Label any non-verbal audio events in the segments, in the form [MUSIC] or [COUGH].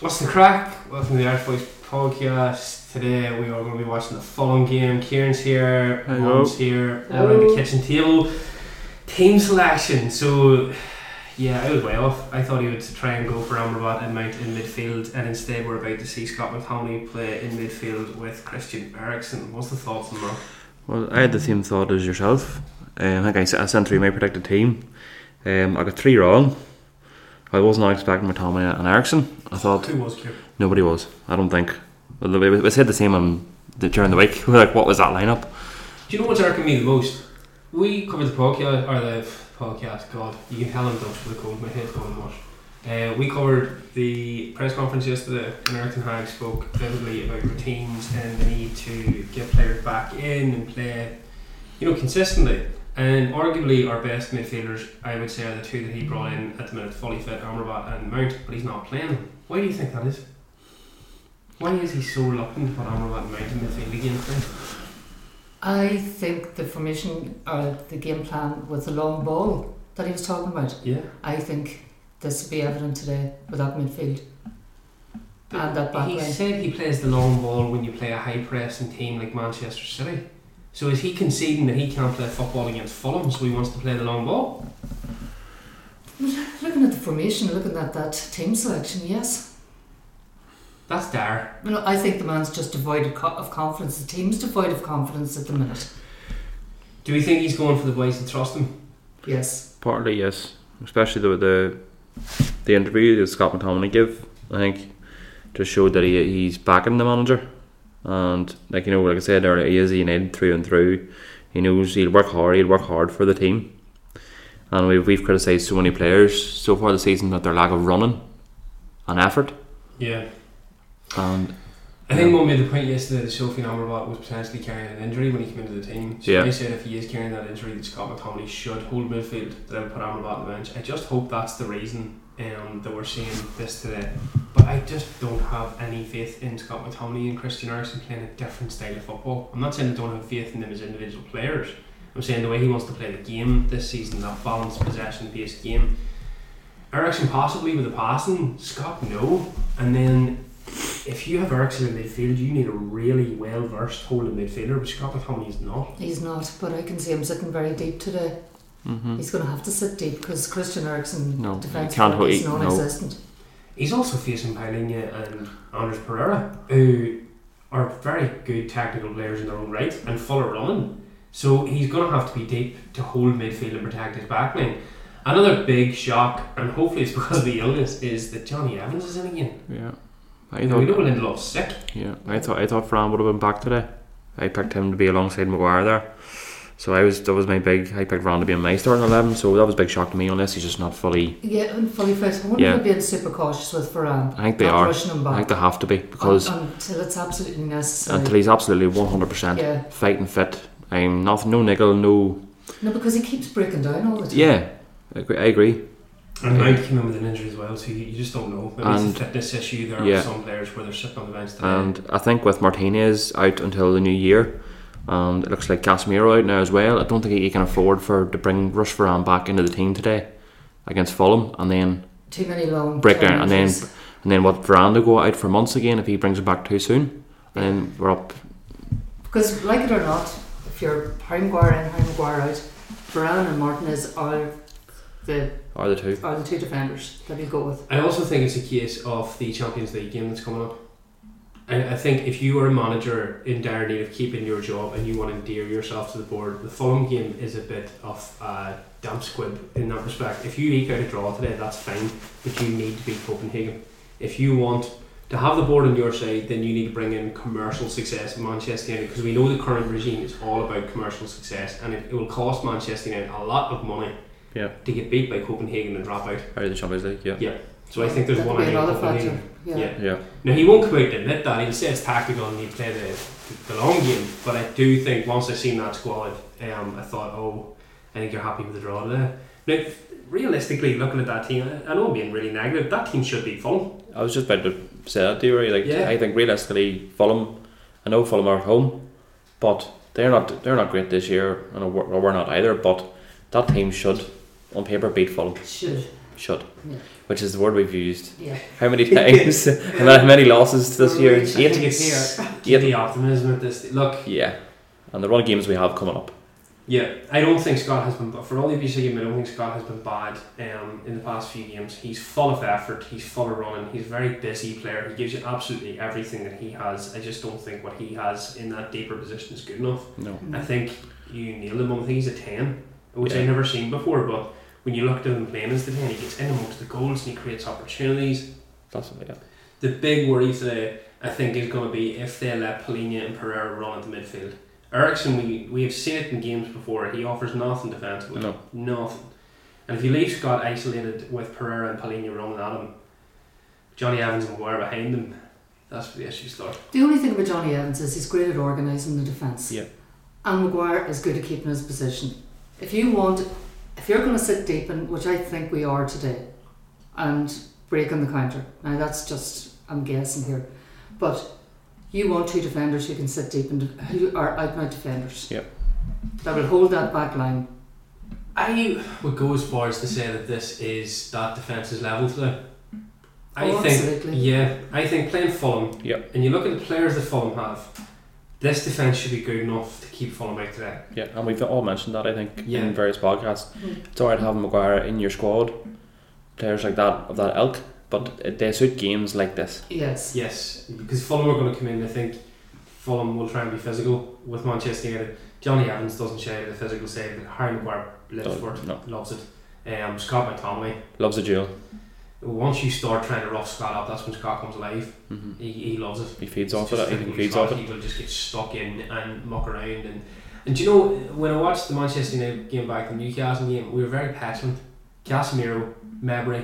What's the crack? Welcome to the Archboys podcast. Today we are going to be watching the Fulham game. Kieran's here, Hello. Mom's here, all around the Hello. kitchen table. Team selection. So, yeah, I was way off. I thought he would try and go for Amrabat and Mount in midfield, and instead we're about to see Scott McTominay play in midfield with Christian Eriksen. What's the thoughts on that? Well, I had the same thought as yourself. Um, I think I, s- I sent through my predicted team. Um, I got three wrong. I was not expecting McTominay and Ericsson. I thought Who was Kieran? nobody was. I don't think. Well, we, we said the same on the, during the week. [LAUGHS] We were like, what was that lineup? Do you know what's irking me the most? We covered the podcast, or the podcast, God, you can tell I'm done for the cold, my head's going mush. Uh, we covered the press conference yesterday, and Eric Ten Hag spoke vividly about routines and the need to get players back in and play, you know, consistently. And arguably our best midfielders, I would say, are the two that he brought in at the minute, fully fit, Amrabat and Mount, but he's not playing them. Why do you think that is? Why is he so reluctant to put Amrabat and Mount in midfield again? I think the formation or the game plan was the long ball that he was talking about. Yeah. I think this will be evident today with that midfield. [LAUGHS] and that back he line. said he plays the long ball when you play a high pressing team like Manchester City. So is he conceding that he can't play football against Fulham, so he wants to play the long ball? Looking at the formation, looking at that team selection, yes. That's dire. You know, I think the man's just devoid of, co- of confidence. The team's devoid of confidence at the minute. Do we think he's going for the boys to trust him? Yes. Partly, yes. Especially the the, the interview that Scott McTominay gave. I think just showed that he he's backing the manager. And like you know, like I said earlier, he is United through and through. He knows he'll work hard. He'll work hard for the team. And we've we've criticised so many players so far this season that their lack of running and effort. Yeah. And I think one made the point yesterday that Sophie Amrabat was potentially carrying an injury when he came into the team. So Yeah. I said if he is carrying that injury, that Scott McTominay should hold midfield, that I would put Amrabat on the bench. I just hope that's the reason um, that we're seeing this today. But I just don't have any faith in Scott McTominay and Christian Eriksen playing a different style of football. I'm not saying I don't have faith in them as individual players. I'm saying the way he wants to play the game this season, that balanced possession-based game. Eriksen possibly with the passing, Scott no, and then if you have Ericsson in midfield, you need a really well versed holding midfielder, which Scott McTominay is not. He's not, but I can see him sitting very deep today. mm-hmm. He's going to have to sit deep because Christian Eriksen No, he defence can't hold- is he- no. non-existent. He's also facing Paulinho and Anders Pereira, who are very good technical players in their own right and full of running. So he's going to have to be deep to hold midfield and protect his backline. Another big shock, and hopefully it's [LAUGHS] because of the illness, is that Johnny Evans is in again. yeah, I We know thought Lindelof's sick. yeah, I thought I thought Fran would have been back today. I picked him to be alongside Maguire there. So I was that was my big I picked Ron to be in my starting eleven, so that was a big shock to me unless he's just not fully Yeah, and fully fit. I wonder Yeah. if they're being super cautious with Varane. I think they not are. rushing him back. I think they have to be because Un- until it's absolutely necessary. until he's absolutely one hundred percent yeah, fighting fit. I'm not no niggle, no no, because he keeps breaking down all the time. Yeah. I agree, I agree. And Yeah. Mount came in with an injury as well, so you, you just don't know. Maybe it's And- a fitness issue there yeah. with some players where they're sitting on the bench today. And I think with Martinez out until the new year and it looks like Casemiro out now as well, I don't think he can afford for to bring Rush Varane back into the team today against Fulham and then too many long Breakdown, term and then- injuries. and then what Varane to go out for months again if he brings him back too soon. And then we're up because like it or not, if you're Harry Maguire in, Harry Maguire out, Varane and Martinez are the are the two. are the two defenders that he'll go with. I also think it's a case of the Champions League game that's coming up. I, I think if you are a manager in dire need of keeping your job and you want to endear yourself to the board, the Fulham game is a bit of a damp squib in that respect. If you eke out a draw today, that's fine, but you need to beat Copenhagen. If you want to have the board on your side, then you need to bring in commercial success in Manchester United because we know the current regime is all about commercial success and it, it will cost Manchester United a lot of money Yeah. to get beat by Copenhagen and drop out. Out of the Champions League, yeah. So I think there's that one could be idea another hopefully. factor. Yeah. Yeah. Yeah. Now he won't come out and admit that. He'll say it's tactical and he play the, the long game. But I do think once I seen that squad, um, I thought, oh, I think you're happy with the draw there. Now, realistically, looking at that team, I I know I'm being really negative. That team should be full. I was just about to say that to you, really. Like, Yeah. I think realistically, Fulham, I know Fulham are at home, but they're not they're not great this year, and we're, we're not either. But that team should, on paper, beat Fulham. Should shut, Yeah. which is the word we've used. Yeah. How many [LAUGHS] times? and then how many losses this year? Right. I Eight. think it's [LAUGHS] the optimism at this. Look, Yeah, and the run of games we have coming up. Yeah, I don't think Scott has been. For all the abuse I give him, I don't think Scott has been bad um, in the past few games. He's full of effort. He's full of running. He's a very busy player. He gives you absolutely everything that he has. I just don't think what he has in that deeper position is good enough. No. I Mm. think you nailed him. on- I think he's a ten, which I Yeah. never seen before. But when you look at him playing as the ten, he gets in amongst the goals and he creates opportunities. That's yeah. The big worry today, I think, is going to be if they let Polina and Pereira run at the midfield. Ericsson, we, we have seen it in games before. He offers nothing defensively. No. Nothing. And if you leave Scott isolated with Pereira and Polina running at him, Johnny Evans and Ware behind him, that's where the issue starts. The only thing about Johnny Evans is he's great at organising the defence. Yeah. And Maguire is good at keeping his position. If you want, if you're going to sit deep, in, which I think we are today, and break on the counter, now that's just, I'm guessing here, but you want two defenders who can sit deep and who are out and out defenders. Yeah. That will hold that back line. I would go as far as to say that this is that defence's level today. I Oh, think absolutely. Yeah, I think playing Fulham. Yep. And you look at the players that Fulham have. This defense should be good enough to keep Fulham out today. Yeah, and we've all mentioned that I think Yeah. in various podcasts. Mm. It's alright having Maguire in your squad, players like that of that ilk, but it- they suit games like this. Yes. Yes, because Fulham are going to come in. I think Fulham will try and be physical with Manchester United. Johnny Evans doesn't share the physical side that Harry Maguire lives for it, No, loves it. Um, Scott McTominay. loves a duel. Once you start trying to rough Scott up, that's when Scott comes alive. hmm He, he loves it. He feeds It's off of just it. He freaking feeds off trash. it. People just get stuck in and muck around. And, and do you know, when I watched the Manchester United game back, the Newcastle game, we were very petulant. Casemiro, Mabry,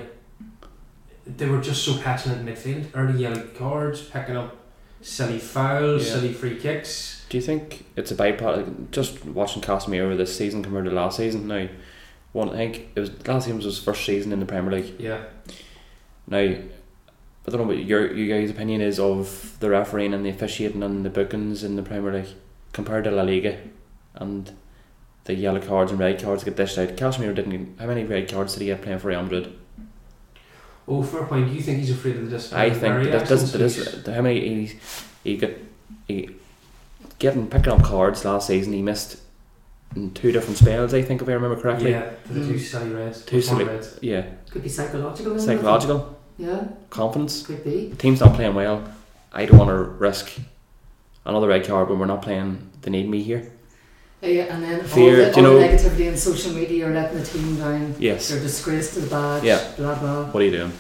they were just so petulant in midfield. Early yellow cards, picking up silly fouls, Yeah. silly free kicks. Do you think it's a byproduct? Just watching Casemiro this season compared to last season. Now, one I think it was last season was his first season in the Premier League. Yeah. Now, I don't know what your you guys' opinion is of the refereeing and the officiating and the bookings in the Premier League compared to La Liga, and the yellow cards and red cards get dished out. Casemiro didn't. How many red cards did he get playing for Real Madrid? Oh, fair point. Do you think he's afraid of the I discipline? think Very that doesn't. That excellent speech. is, how many he he got he getting picking up cards last season. He missed in two different spells. I think if I remember correctly. Yeah, for the two Mm. silly reds. Two Or four silly- reds. Yeah. Could be psychological. isn't it? Psychological Yeah, confidence. could be. The team's not playing well. I don't want to risk another red card when we're not playing. They need me here. Yeah, Uh, and then Fear, all, the, do you all know- the negativity in social media are letting the team down. Yes. They're a disgrace to the badge. Yeah. Blah blah. What are you doing?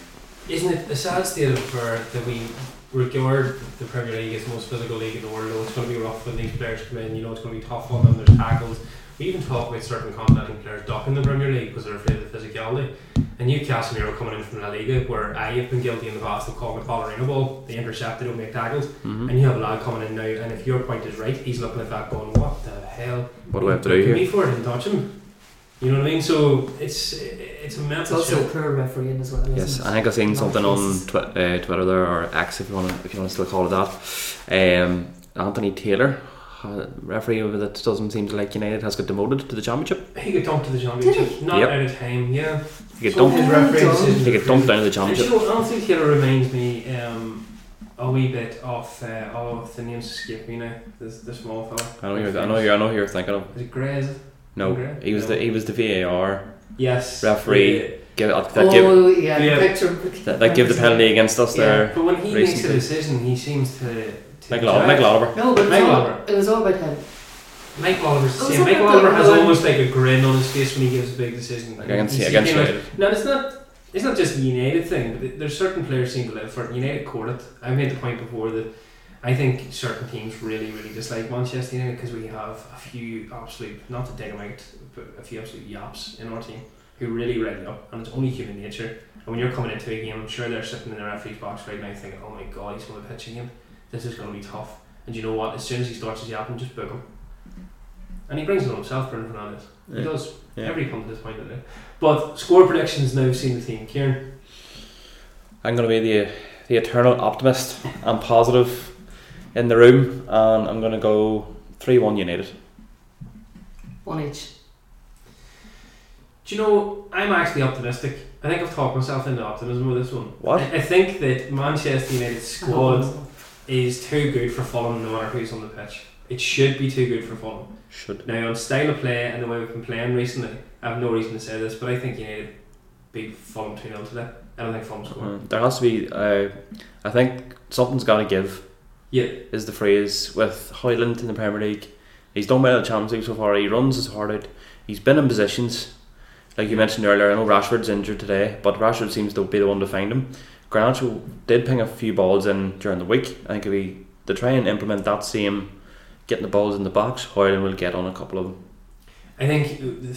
Isn't it a sad state of affairs that we regard the Premier League as the most physical league in the world? Oh, it's going to be rough when these players come in. You know, it's going to be tough on them. There's tackles. We even talk about certain continental players docking the Premier League because they're afraid of the physicality. And you, Casemiro, coming in from La Liga, where I have been guilty in the past of calling a ballerina ball, they intercept, they don't make tackles. Mm-hmm. And you have a lad coming in now, and if your point is right, he's looking at that going, what the hell? What do I have to do here? Me for it and touch him. You know what I mean? So it's it's a It's mental also shift. poor refereeing as well. Isn't Yes, it? I think I've seen something on Nonsense. twi- uh, Twitter there or X if you want to, if you want to still call it that. Um, Anthony Taylor, uh, referee over that doesn't seem to like United, has got demoted to the Championship. He got dumped to the Did championship. he? Not Yep. out of time, yeah. He get So dumped. his Oh, referee dumped. decision- He get dumped down to the And Championship. you know, Anthony Taylor reminds me um, a wee bit of uh, oh the names escape me now. This the small fella. I know you're. I know you're. I know you're thinking of. Is it Gray? Is it? No, Gray? he was the. He was the VAR. yes Referee. Yeah. Give that. That, give, Oh yeah, Yeah. picture. that, that give the penalty against us Yeah. there. But when he makes a Recently. decision, he seems to. to Michael Oliver. Michael Oliver. No, but Mike it was, all, Oliver. it was all about him. Mike Oliver's the Oh, is same. that Mike the Oliver has one- almost like a grin on his face when he gives a big decision. Like I can You see him against like- United. No, it's not. It's not just the United thing. But there's certain players seem to live for it. United court it. I made the point before that I think certain teams really, really dislike Manchester United because we have a few absolute not to dig 'em out, but a few absolute yaps in our team who really red it up, and it's only human nature. And when you're coming into a game, I'm sure they're sitting in the referee's box right now thinking, "Oh my God, he's going to pitch again. This is going to be tough." And you know what? As soon as he starts his yapping, just book him. And he brings it on himself, Bruno Fernandes. He does. Every comes to this point, doesn't it? But score predictions now seen the team. Kieran, I'm going to be the the eternal optimist and positive in the room, and I'm going to go three one United. One each. do you know I'm actually optimistic. I think I've talked myself into optimism with this one. What? I, I think that Manchester United's squad Oh. is too good for Fulham no matter who's on the pitch. It should be too good for Fulham. Should. Now, on style of play and the way we've been playing recently, I have no reason to say this, but I think United beat Fulham 2 0 today. I don't think Fulham scored. Uh, there has to be. Uh, I think something's got to give. Yeah. Is the phrase with Hoyland in the Premier League. He's done well in the Champions League so far. He runs his heart out. He's been in positions. Like you mentioned earlier, I know Rashford's injured today, but Rashford seems to be the one to find him. Granacho did ping a few balls in during the week. I think if he to try and implement that same getting the balls in the box, Hoyland will get on a couple of them. I think.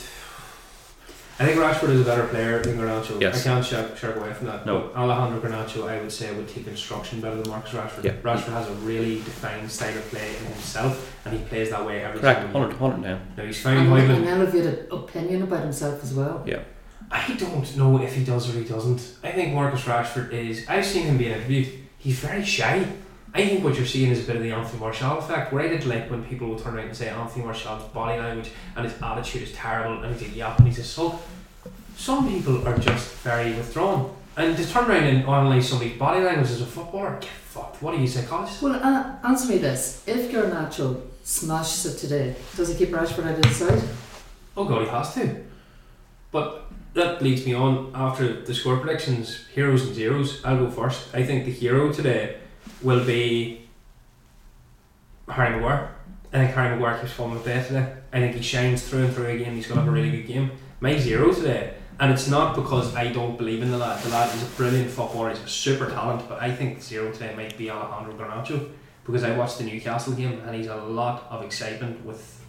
I think Rashford is a better player than Garnacho. Yes. I can't shirk, shirk away from that. No. But Alejandro Garnacho, I would say, would take instruction better than Marcus Rashford. Yeah. Rashford has a really defined style of play in himself, and he plays that way every Correct, single 100, 100 now. game. Now he's And found an Hoyland. elevated opinion about himself as well. I don't know if he does or he doesn't. I think Marcus Rashford is. I've seen him being interviewed. He's very shy. I think what you're seeing is a bit of the Anthony Martial effect, where I did like when people would turn around and say Anthony Martial's body language and his attitude is terrible and he's a yap and he's a sulk. Some people are just very withdrawn. And to turn around and analyse somebody's body language as a footballer, get fucked. What are you, psychologist? Well, uh, answer me this: If Garnacho smashes it today, does he keep Rashford out of his side? Oh god, he has to. But that leads me on after the score predictions, heroes and zeros. I'll go first. I think the hero today will be Harry Maguire. I think Harry Maguire keeps falling with play today. I think he shines through and through again. He's going to have a really good game. My zero today, and it's not because I don't believe in the lad. The lad is a brilliant footballer. He's a super talent. But I think the zero today might be Alejandro Garnacho because I watched the Newcastle game and he's a lot of excitement with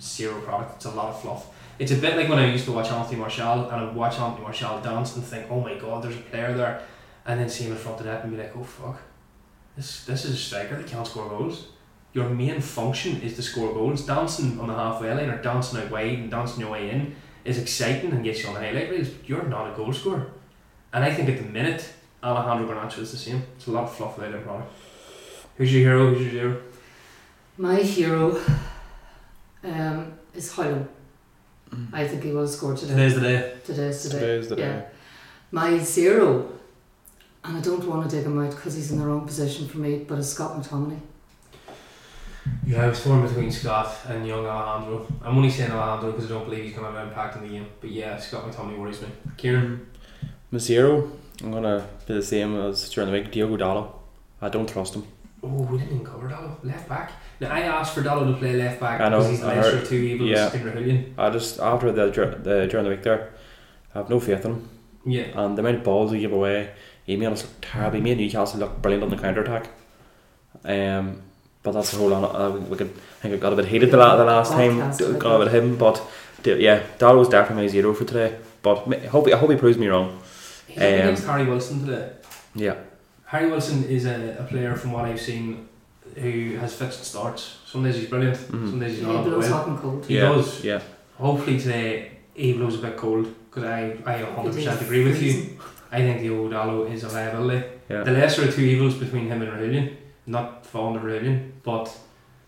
zero product. It's a lot of fluff. It's a bit like when I used to watch Anthony Marshall and I'd watch Anthony Marshall dance and think, oh my god, there's a player there, and then see him in front of that and be like, oh fuck, this this is a striker that can't score goals. Your main function is to score goals. Dancing on the halfway line or dancing out wide and dancing your way in is exciting and gets you on the highlight reels. but You're not a goal scorer, and I think at the minute Alejandro Garnacho is the same. It's a lot of fluff without any product. Who's your hero? Who's your zero? My hero um, is Hoyland. Mm. I think he will score today. Today's the day. Today's today. yeah. My zero, and I don't want to dig him out because he's in the wrong position for me, but it's Scott McTominay. Yeah, I was torn between Scott and young Alejandro. I'm only saying Alejandro because I don't believe he's going to have an impact in the game. But yeah, Scott McTominay worries me. Kieran, Mazero, I'm gonna be the same as during the week. Diogo Dallo, I don't trust him. oh, we didn't even cover Dallo. Left back. Now, I asked for Dallo to play left back I know, because he's the I lesser heard- of two evils yeah. in Rahulian. I just after the, dur- the during the week there, I have no faith in him. Yeah. And the amount of balls he gave away, he made us look terrible. He made Newcastle look brilliant on the counter attack. Um, but that's a whole lot. Uh, we could, I think it got a bit heated the, la- the last time. Podcast, Got a bit him, but d- yeah, Dallo's definitely my zero for today. But ma- I hope he- I hope he proves me wrong. He's up Um, against Harry Wilson today. Yeah, Harry Wilson is a, a player, from what I've seen, who has fixed starts. Some days he's brilliant, Mhm. some days He he's not. blows well. hot and cold. He Yeah. does. yeah. Hopefully today he blows a bit cold because I, I 100% It is agree with you. freezing. I think the old Dallo is a liability. Yeah. The lesser of two evils between him and Rahulian, not fond of Rahulian, but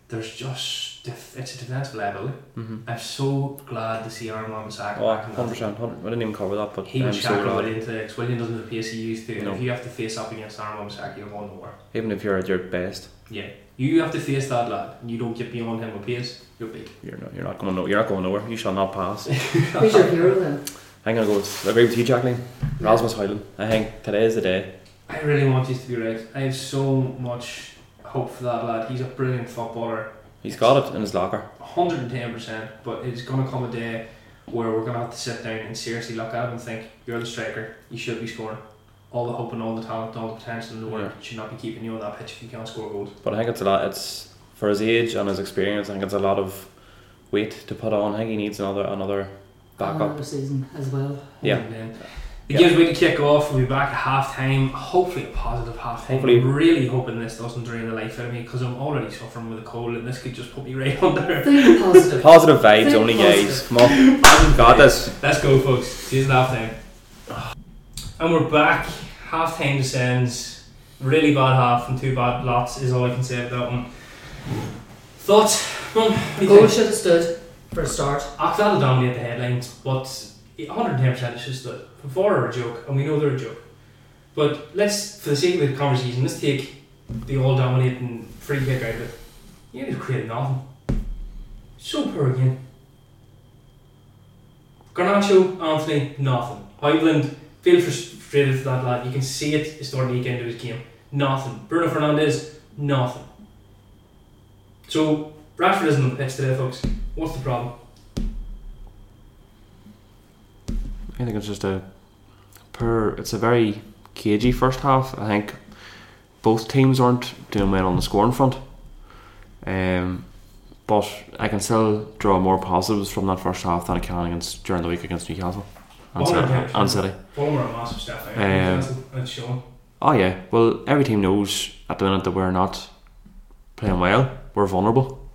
there's just def- it's a defensive liability. Mm-hmm. I'm so glad to see Armand Saka Oh, back in that. 100%. 100 I didn't even cover that, but He I'm was so shackled glad. William today because William doesn't have the pace he used to. And No. if you have to face up against Armand Saka, you're going nowhere. Even if you're at your best, Yeah, you have to face that lad, and you don't get beyond him with pace, you're [LAUGHS] big. you're not you're not going no, you're not going nowhere. You shall not pass. Who's your hero then? I'm gonna go. With, I agree with you, Jacqueline. Rasmus Hoyland. I think today is the day. I really want you to be right. I have so much hope for that lad. He's a brilliant footballer. He's got it in his locker. 110%, but it's going to come a day where we're going to have to sit down and seriously look at him and think, you're the striker, you should be scoring. All the hope and all the talent and all the potential in the world should not be keeping you on that pitch if you can't score goals. But I think it's a lot. It's for his age and his experience. I think it's a lot of weight to put on. I think he needs another another backup. Another season as well. Yeah. And then the Yeah. game's going to kick off. We'll be back at half time. Hopefully, a positive half time. Hopefully. I'm really hoping this doesn't drain the life out of me because I'm already suffering with a cold and this could just put me [LAUGHS] right under. [LAUGHS] Think positive. Positive vibes Think only, positive. guys. Come on, got this. Let's go, folks. See you at half time. And we're back. Half time descends. Really bad half and two bad lots is all I can say about that one. Thoughts? Mum, what do you Goal think? should have stood for a start. Act- That'll dominate the headlines, but 110% it's just that Favre are a joke, and we know they're a joke. But let's, for the sake of the conversation, let's take the all dominating free kick out of it. You didn't create nothing. So poor again. Garnacho, Anthony, nothing. Hoyland, feel frustrated for that lad. You can see it it's starting to eke into his game. Nothing. Bruno Fernandez, nothing. So, Rashford isn't on the pitch today, folks. What's the problem? I think it's just a poor. It's a very cagey first half. I think both teams aren't doing well on the scoring front. Um, but I can still draw more positives from that first half than I can against during the week against Newcastle and, Oh, City, yeah, and City. Former a massive eh? step out. Um, and Sean. Oh yeah. Well, every team knows at the minute that we're not playing well. We're vulnerable,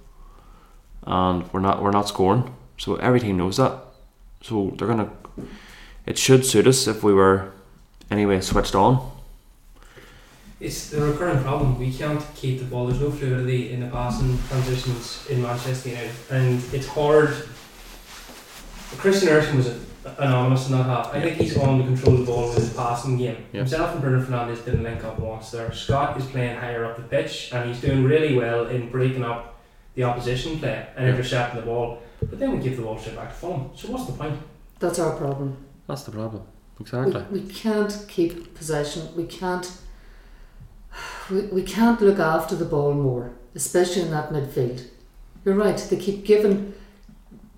and we're not we're not scoring. So every team knows that. So they're gonna. It should suit us if we were, anyway, switched on. It's the recurring problem. We can't keep the ball. There's no fluidity in the passing transitions in Manchester United, and it's hard. Christian Eriksen was anonymous in that half. I think he's on the control of the ball with his passing game. Yeah. Himself and Bruno Fernandez didn't link up once there. Scott is playing higher up the pitch, and he's doing really well in breaking up the opposition play and Yeah. intercepting the ball. But then we give the ball straight back to Fulham. So what's the point? That's our problem. That's the problem. We, we can't keep possession. We can't. We, we can't look after the ball more, especially in that midfield. You're right. They keep giving.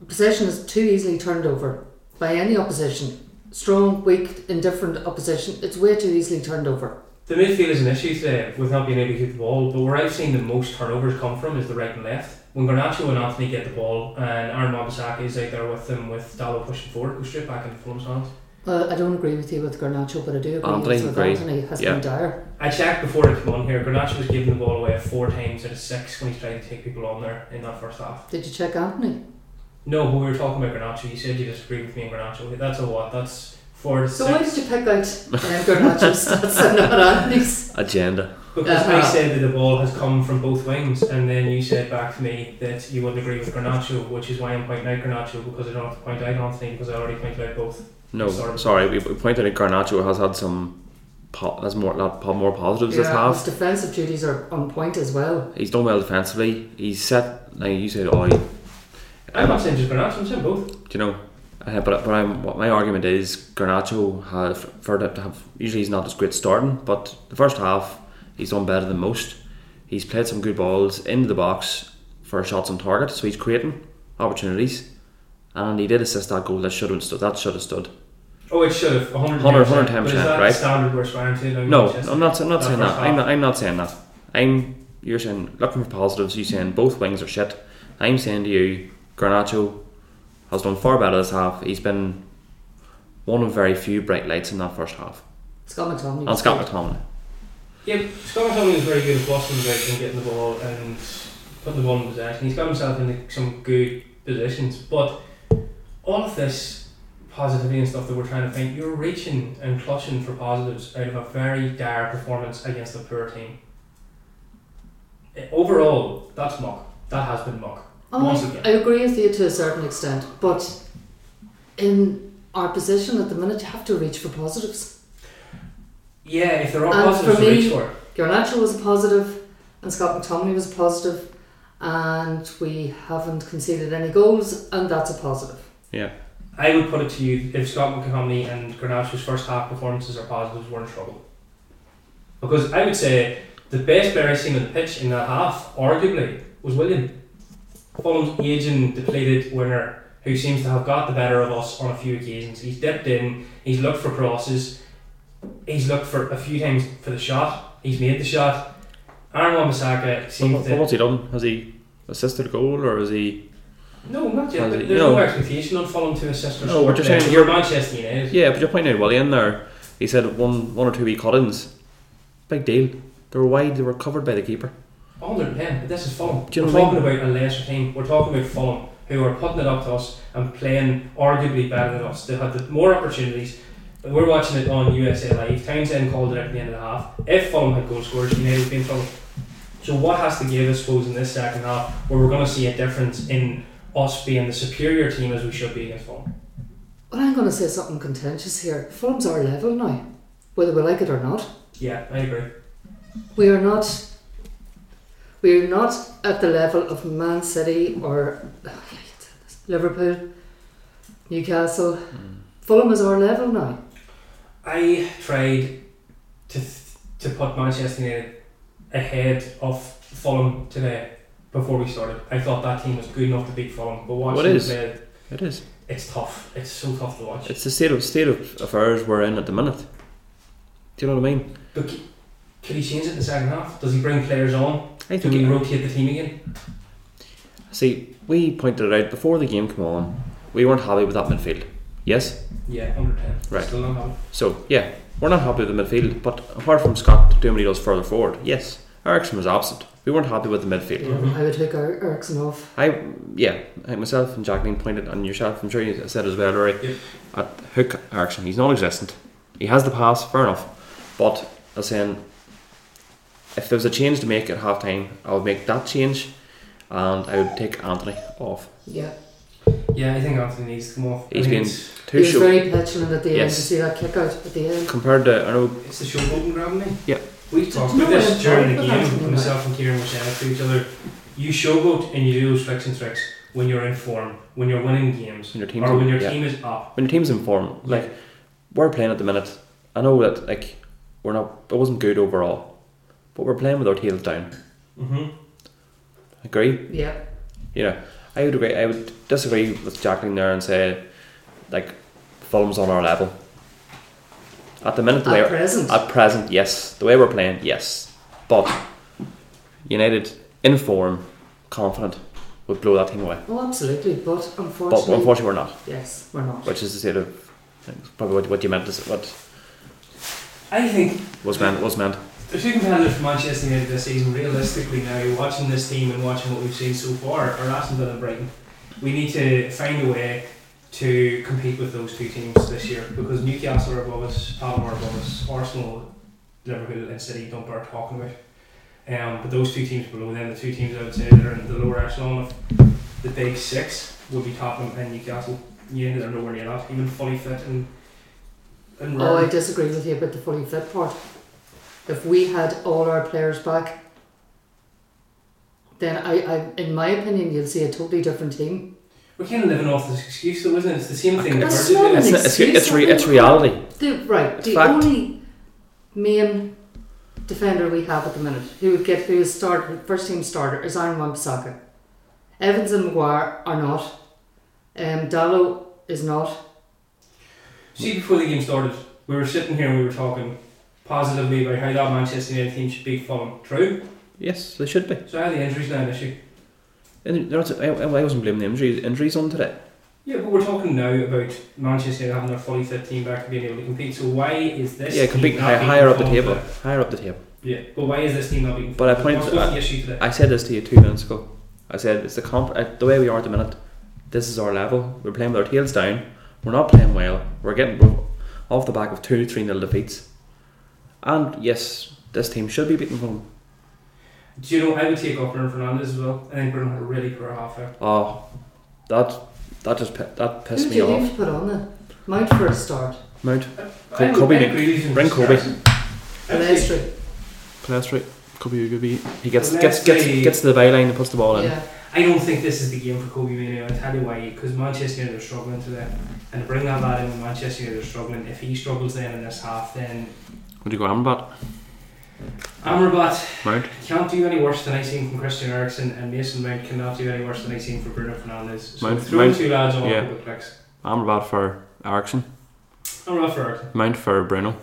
Possession is too easily turned over by any opposition. Strong, weak, indifferent opposition. It's way too easily turned over. The midfield is an issue today with not being able to keep the ball, but where I've seen the most turnovers come from is the right and left. When Garnacho and Anthony get the ball, and Aaron Wabasaki is out there with them, with Dallo pushing forward, go straight back into Fulham's hands. Well, Uh, I don't agree with you with Garnacho, but I do agree Anthony, with agree. Anthony has Yeah. been dire. I checked before I came on here, Garnacho was giving the ball away four times out of six when he's trying to take people on there in that first half. Did you check Anthony? No, but we were talking about Garnacho, you said you disagreed with me and Garnacho. That's a what? That's four to So six. why did you [LAUGHS] pick out um, Garnacho's stats and not Anthony's? Agenda. Because I uh. Uh-huh. said that the ball has come from both wings, and then you said back to me that you wouldn't agree with Garnacho, which is why I'm pointing out Garnacho because I don't have to point out Anthony because I already pointed out both. No, Sorry. sorry. we, we pointed out Garnacho has had some. Po- has more lot po- more positives this Yeah, half. his defensive duties are on point as well. He's done well defensively. He's set. Like you said, oh, he- I'm not saying just Garnacho, I'm saying both. Do you know? Uh, but but I'm, what my argument is, Garnacho has for that to have usually he's not as great starting, but the first half he's done better than most. He's played some good balls into the box for shots on target, so he's creating opportunities, and he did assist that goal that should have stood. That should have stood. Oh, it should have 100 100, But is 110%, that right? standard we're aspiring to? now? No, Just- I'm not. I'm not that saying first that. I'm half. not. I'm not saying that. I'm. You're saying looking for positives. You saying both wings are shit. I'm saying to you, Garnacho has done far better this half. He's been one of very few bright lights in that first half. Scott McTominay. And Scott McTominay. Yeah, Scott McTominay was very good at busting about and getting the ball and putting the ball in possession. He's got himself into some good positions, but all of this positivity and stuff that we're trying to find, you're reaching and clutching for positives out of a very dire performance against a poor team. Eh, Overall, that's muck. That has been muck. Oh, Once again. I agree with you to a certain extent, but in our position at the minute, you have to reach for positives. Yeah, if there are And positives for to me- reach for, Garnacho was a positive, and Scott McTominay was a positive, and we haven't conceded any goals, and that's a positive. I would put it to you if Scott McComney and Garnacho's first half performances are positives, we're in trouble. Because I would say the best player I've seen on the pitch in that half, arguably, was William. Fulham's aging, depleted winner who seems to have got the better of us on a few occasions. He's dipped in, he's looked for crosses, he's looked for a few times for the shot, he's made the shot. Aaron Wan-Bissaka What, seems what- to. what's he done? Has he assisted a goal or is he? No, not yet. Well, There's no. no, expectation on Fulham to assist or No, score what you're today. saying- We're Manchester United. Yeah, but you're pointing out William there. He said one one or two wee cut-ins. Big deal. They were wide. They were covered by the keeper. Under them, but this is Fulham. Do you We're know what talking I about a lesser team. We're talking about Fulham, who are putting it up to us and playing arguably better than us. They had the more opportunities. We're watching it on USA Live. Townsend called it out at the end of the half. If Fulham had goal scorers, United would be in trouble. So what has to give, I suppose, in this second half, where we're going to see a difference in us being the superior team as we should be against Fulham? Well, I'm going to say something contentious here. Fulham's our level now, whether we like it or not. Yeah, I agree. We are not. We are not at the level of Man City or Liverpool, Newcastle. Fulham is our level now. I tried to th- to put Manchester United ahead of Fulham today before we started. I thought that team was good enough to beat Fulham, but watching What them is? play, It is. it's tough. It's so tough to watch. It's the state of state of affairs we're in at the minute. Do you know what I mean? But c- could he change it in the second half? Does he bring players on? I Do we rotate the team again? See, we pointed it out before the game came on. We weren't happy with that midfield. Yes. Yeah, under ten. Right. Still not happy. So yeah, we're not happy with the midfield. But apart from Scott doing what he does further forward, yes, Ericsson was absent. We weren't happy with the midfield. Mhm. I would take Er- Ericsson off. I yeah, I, myself and Jacqueline pointed and yourself. I'm sure you said as well, Rory. Yep. At hook Ericsson, he's non-existent. He has the pass, fair enough. But I was saying, if there was a change to make at half time, I would make that change, and I would take Anthony off. Yeah, Yeah, I think Anthony needs to come off. I He's think been it's, he too was show very petulant at the end. Yes. You see that kick out at the end. compared to I know it's the showboating grabbing thing. Yeah. We talked No, about this it's during the not, but that's game. not Myself and Kieran were saying to each other, you showboat and you do those tricks and tricks when you're in form, when you're winning games, when your team's or when your yeah. team is up. when your team's in form, like we're playing at the minute. I know that like we're not. It wasn't good overall, but we're playing with our tails down. hmm Agree. Yeah, you know, I would agree. I would disagree with Jacqueline there and say, like, Fulham's on our level. At the minute, the way at we're- present. at present, yes, the way we're playing, yes, but United in form, confident, would blow that team away. oh, absolutely, but But unfortunately, unfortunately, we're not, yes, we're not. which is the state of things. Probably what, what you meant is what I think was meant was meant. The two competitors for Manchester United this season, realistically now, watching this team and watching what we've seen so far, are Aston Villa and Brighton. We need to find a way to compete with those two teams this year because Newcastle are above us, Palmer are above us, Arsenal, Liverpool, and City don't bear talking about. Um, but those two teams below them, the two teams I would say that are in the lower echelon of the big six, would be Tottenham and Newcastle. United are nowhere near that, even fully fit and and Oh, I rare. disagree with you about the fully fit part. If we had all our players back, then I, I in my opinion, you'll see a totally different team. We're kind of living off this excuse though, isn't it? It's the same thing that That's Virgil not did. an It's it's, excuse, it's, re, it's I mean- reality. The, right, the Fact. only main defender we have at the minute who would get who is start first team starter is Aaron Wan-Bissaka. Evans and Maguire are not. Um, Dallo is not. See, before the game started, we were sitting here and we were talking positively about how that Manchester United team should beat Fulham. True. Yes, they should be. So how are the injuries now an issue? And they're not, I, I wasn't blaming the injuries. Injuries on today. Yeah, but we're talking now about Manchester United having their fully fit team back and being able to compete. So why is this? Yeah, team compete not high, beating higher up the Fulham table. today? Higher up the table. Yeah, but why is this team not beating? But I Fulham? pointed- What's- what's the issue today? I said this to you two minutes ago. I said it's the comp- uh, the way we are at the minute. This is our level. We're playing with our tails down. We're not playing well. We're getting we're off the back of two, three nil defeats. And yes, this team should be beating Fulham. Do you know? I would take off Bruno Fernandes as well. I think Bruno had a really poor half hour. Oh, that that just pi- that pissed who me do you off. put on then? Mount for a start. Mount, I would- Kobe I did. agree with you. Bring Kobe. I would take- Palestri. Palestri, could be could be. He gets Let's gets gets, say- gets to the byline and puts the ball in. Yeah. I don't think this is the game for Kobe Mania. I'll tell you why. Because Manchester United are struggling today. And to bring that lad in when Manchester United are struggling, if he struggles then in this half, then Would you go Amrabat? Amrabat Mount. can't do any worse than I seen from Christian Eriksen, and Mason Mount cannot do any worse than I seen from Bruno Fernandes. So Mount- throw the Mount- two lads on yeah. a couple of clicks. Amrabat for Ericsson. Amrabat for Eriksen. Mount for Bruno.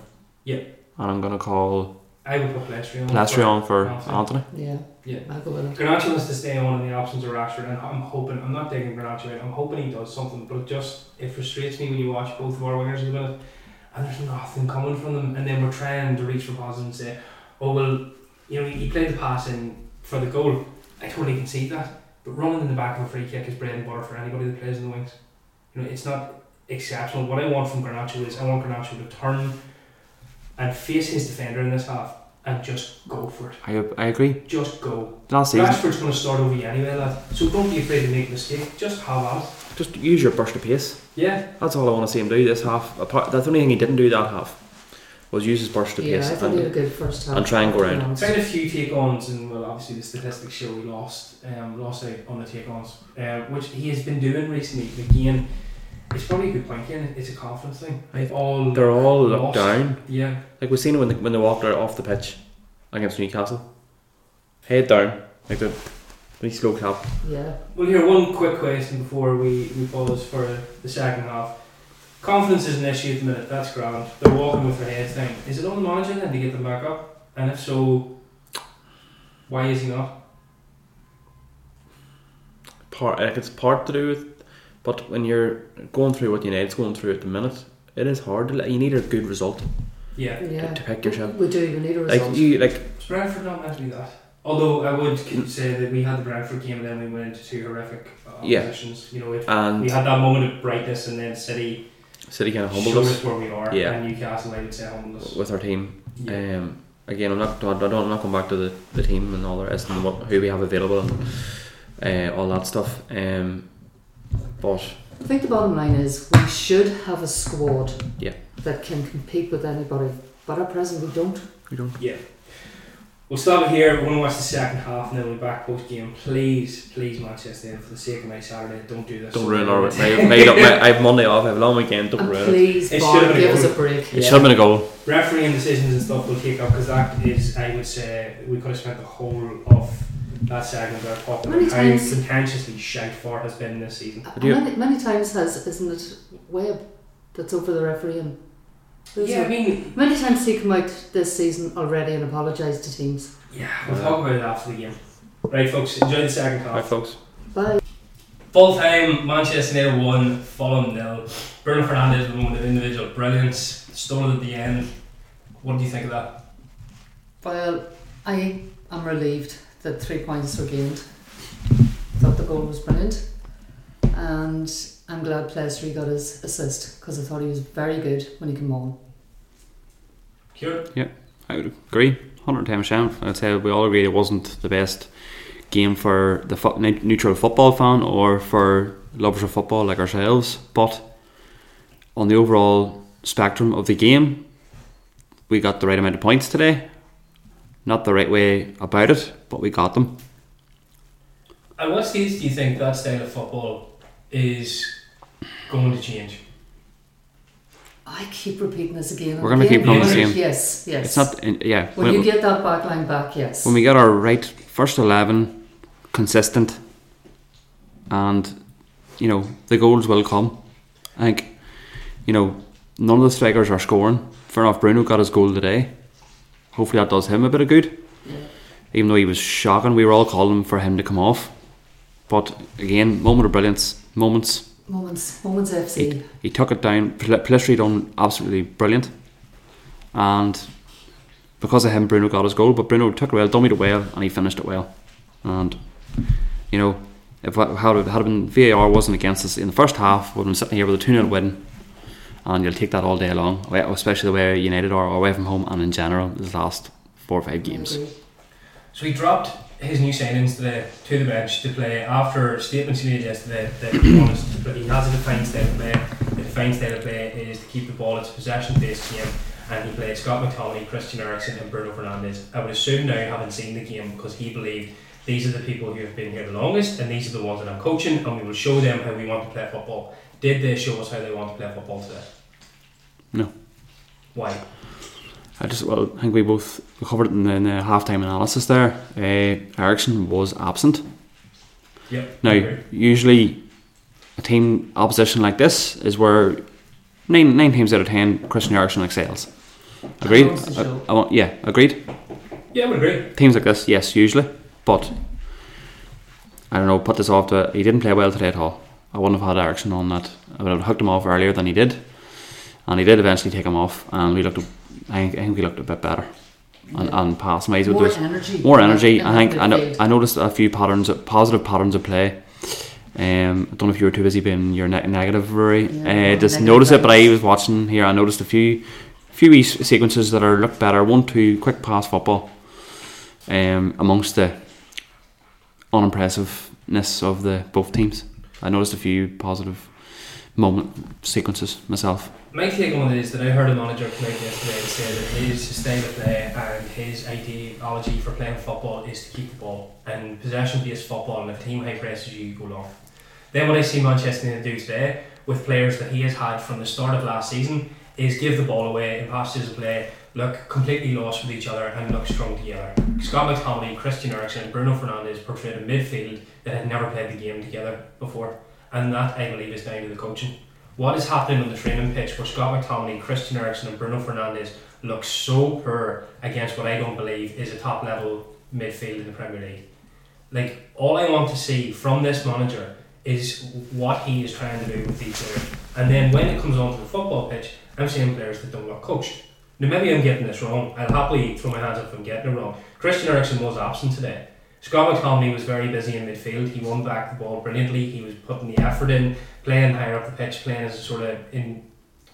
Yeah. And I'm gonna call I would put Lestri on. Lastry on for Anthony. Anthony. Yeah. Yeah. I'll go with it. Garnacho has to stay on in the options of Rashford, and I'm hoping, I'm not digging Garnacho out, I'm hoping he does something, but it just, it frustrates me when you watch both of our wingers at the minute, and there's nothing coming from them, and then we're trying to reach for positive and say, oh, well, you know, he played the pass in for the goal. I totally concede that, but running in the back of a free kick is bread and butter for anybody that plays in the wings. You know, it's not exceptional. What I want from Garnacho is, I want Garnacho to turn and face his defender in this half, and just go for it. I, I agree. Just go. Last season, Rashford's going to start over you anyway, lad. So don't be afraid to make a mistake. Just have at it. just use your burst of pace. Yeah. That's all I want to see him do this half. Apart, that's the only thing he didn't do that half was use his burst of Yeah, I pace. thought and- they had a good first half. and try and go to be round. honest. Tried a few take ons, and well, obviously the statistics show we lost, um, lost out on the take ons, uh, which he has been doing recently. Again, it's probably a good point, Again, It's a confidence thing. They've all, They're all locked Lost. down. yeah, Like we've seen it when they, when they walked out off the pitch against Newcastle. Head down, like the really slow clap. Yeah. Well, here one quick question before we, we pause for the second half. Confidence is an issue at the minute. That's grand. They're walking with their heads down. Is it on the manager then to get them back up? And if so, why is he not? Part like it's part to do with, but when you're going through what United's going through at the minute, it is hard. To, let- you need a good result Yeah, Yeah. to pick yourself. We do, we need a result. Like you, like it's Brentford not meant to be that. Although I would c- say that we had the Brentford game and then we went into two horrific uh, Yeah. positions. You know, it, we and had that moment of brightness and then City City kind of humbled showed us us where we are. Yeah. Uh, And Newcastle, I would say, humbled us. with our team. Yeah. Um, again, I'm not, I don't, I'm not going back to the, the team and all the rest and what, who we have available and uh, all that stuff. Um, but I think the bottom line is we should have a squad Yeah. that can compete with anybody, but at present we don't. we don't. We'll stop it here. We're going to watch the second half and then we'll be back post game. Please, please, Manchester, United, for the sake of my Saturday, don't do this. Don't ruin our. my, my, my, I have Monday off. I have a long weekend. Don't and ruin it. please, It Bar, should've been give a us goal. a break. It should have been a goal. Refereeing decisions and stuff we'll take up because that is, I would say, we could have spent the whole of that segment there talking How many about how times- contentiously shite for has been this season. Uh, Do you- Many, many times has, isn't it, Webb that's over the refereeing? Those Yeah, I are- mean, Many times he come out this season already and apologised to teams. yeah, we'll talk about it after the game. Right, folks, enjoy the second Bye, half. folks. Bye. Full time, Manchester United won, Fulham nil. Bruno Fernandes with a moment of individual brilliance, stolen at the end. What do you think of that? Well, I am relieved that three points were gained. Thought the goal was brilliant, and I'm glad Plesry got his assist because I thought he was very good when he came on. Cure? I would agree. 110 sham. I'd say we all agree it wasn't the best game for the fo- ne- neutral football fan or for lovers of football like ourselves. But on the overall spectrum of the game, we got the right amount of points today. Not the right way about it, but we got them. At what stage do you think that style of football is going to change? I keep repeating this again. and We're gonna again, keep doing the yes, same. Yes, yes. It's not, in- yeah. when, when- you get that back line back. Yes. when we get our right first 11 consistent and you know the goals will come I think you know none of the strikers are scoring fair enough Bruno got his goal today hopefully that does him a bit of good Yeah. even though he was shocking we were all calling for him to come off but again moment of brilliance moments moments, moments FC. he, he took it down. Pl- Plessy done absolutely brilliant, and because of him, Bruno got his goal. But Bruno took it well, dummied it well, and he finished it well. And you know, if I- had it had it been VAR wasn't against us in the first half, we'd been sitting here with a two 0 win, and you'll take that all day long. away- Especially the way United are away from home and in general the last four or five games. I agree. So he dropped his new signings today to the bench to play after statements he made yesterday that he wants to play- he has a defined style of play. The defined style of play is to keep the ball its possession based game and he played Scott McTominay, Christian Eriksen and Bruno Fernandes. I would assume now having seen the game because he believed these are the people who have been here the longest and these are the ones that I'm coaching and we will show them how we want to play football. Did they show us how they want to play football today? No. Why? I just well, I think we both we covered it in the, in the halftime analysis. There, uh, Ericsson was absent. Yep. Now, Okay. usually a team opposition like this is where nine nine times out of ten Christian Eriksen excels. Agreed. Owns the I- show. I want- yeah, agreed. Yeah, I would agree. Teams like this, yes, usually, but I don't know. Put this off to he didn't play well today at all. I wouldn't have had Eriksson on that. I would have hooked him off earlier than he did, and he did eventually take him off, and we looked. A, I think, I think we looked a bit better, and Yeah. and pass wise with more those energy. more energy. in I think I, no- midfield. I noticed a few patterns, positive patterns of play. Um, I don't know if you were too busy being your ne- negative, Rory. Yeah, uh, just negative notice it, but I vibes. was watching here. I noticed a few few wee s- sequences that are look better. One, two, quick pass football. Um, amongst the unimpressiveness of the both teams, I noticed a few positive moment sequences myself. My take on it is that I heard a manager come out yesterday and say that his style of play and his ideology for playing football is to keep the ball and possession based football and if the team high presses you, you go long. Then what I see Manchester United do today with players that he has had from the start of last season is give the ball away and passes of play look completely lost with each other and look strung together. Scott McTominay, Christian Eriksen, and Bruno Fernandes portrayed a midfield that had never played the game together before, and that I believe is down to the coaching what is happening on the training pitch where Scott McTominay, Christian Eriksen, and Bruno Fernandes look so poor against what I don't believe is a top level midfield in the Premier League. Like, all I want to see from this manager is what he is trying to do with these players. And then when it comes onto the football pitch, I'm seeing players that don't look coached. Now, maybe I'm getting this wrong. I'll happily throw my hands up if I'm getting it wrong. Christian Eriksen was absent today. Scott McTominay was very busy in midfield. He won back the ball brilliantly. He was putting the effort in playing higher up the pitch, playing as a sort of in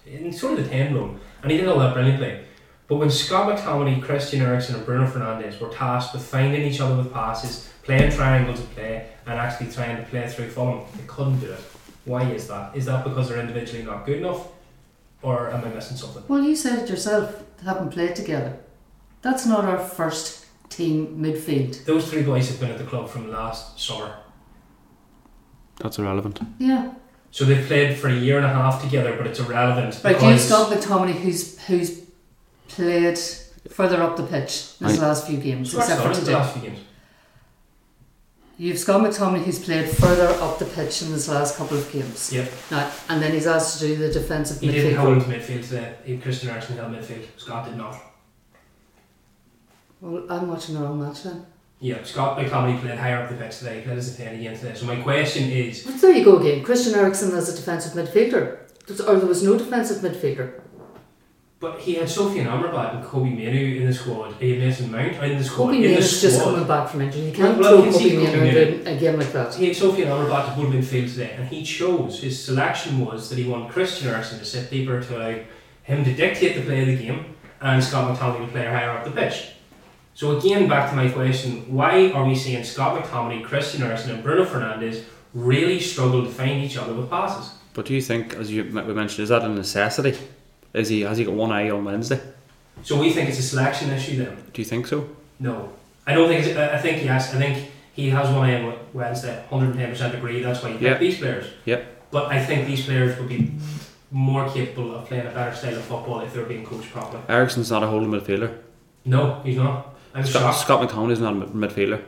in sort of the ten role, and he did all that brilliantly. But when Scott McTominay, Christian Eriksen, and Bruno Fernandes were tasked with finding each other with passes, playing triangles of play, and actually trying to play through Fulham, they couldn't do it. Why is that? Is that because they're individually not good enough, or am I missing something? Well, you said it yourself, they haven't played together. That's not our first team midfield. Those three boys have been at the club from last summer. That's irrelevant. Yeah. So they've played for a year and a half together, but it's irrelevant. Right, you because- stop McTominay, who's who's played further up the pitch in his I- last few games, Scott's except done for it the today. last few games. You've Scott McTominay, who's played further up the pitch in his last couple of games. Yep. Now, and then he's asked to do the defensive He didn't midfield. hold midfield today. He, Christian Eriksen held midfield. Scott did not. Well, I'm watching the wrong match then. Yeah, Scott McTominay played higher up the pitch today. He played as a 10 again today. So my question is, But there you go again. Christian Eriksen as a defensive midfielder. There's- Or there was no defensive midfielder. but he had Sophie and Amrabat and Kobe Manu in the squad. He had Mason Mount in the squad. Kobe in the Maynard's just squad. coming back from injury. You can't Well, I throw can see Kobe Kobe Maynard Maynard. in a game like that. He had Sophie and Amrabat to hold midfield today, and he chose. His selection was that he wanted Christian Eriksen to sit deeper to allow him to dictate the play of the game, and Scott McTominay to play higher up the pitch. So again, back to my question: Why are we seeing Scott McTominay, Christian Eriksen, and Bruno Fernandes really struggle to find each other with passes? But do you think, as you we mentioned, is that a necessity? Is he has he got one eye on Wednesday? So we think it's a selection issue then. Do you think so? No, I don't think. It's, I I think yes. I think he has one in Wednesday. Hundred and ten percent agree. That's why he picked Yeah. these players. Yeah. But I think these players would be more capable of playing a better style of football if they were being coached properly. Ericsson's not a holding midfielder. No, he's not. I'm Scott, shocked. Scott McTominay is not a mid- midfielder.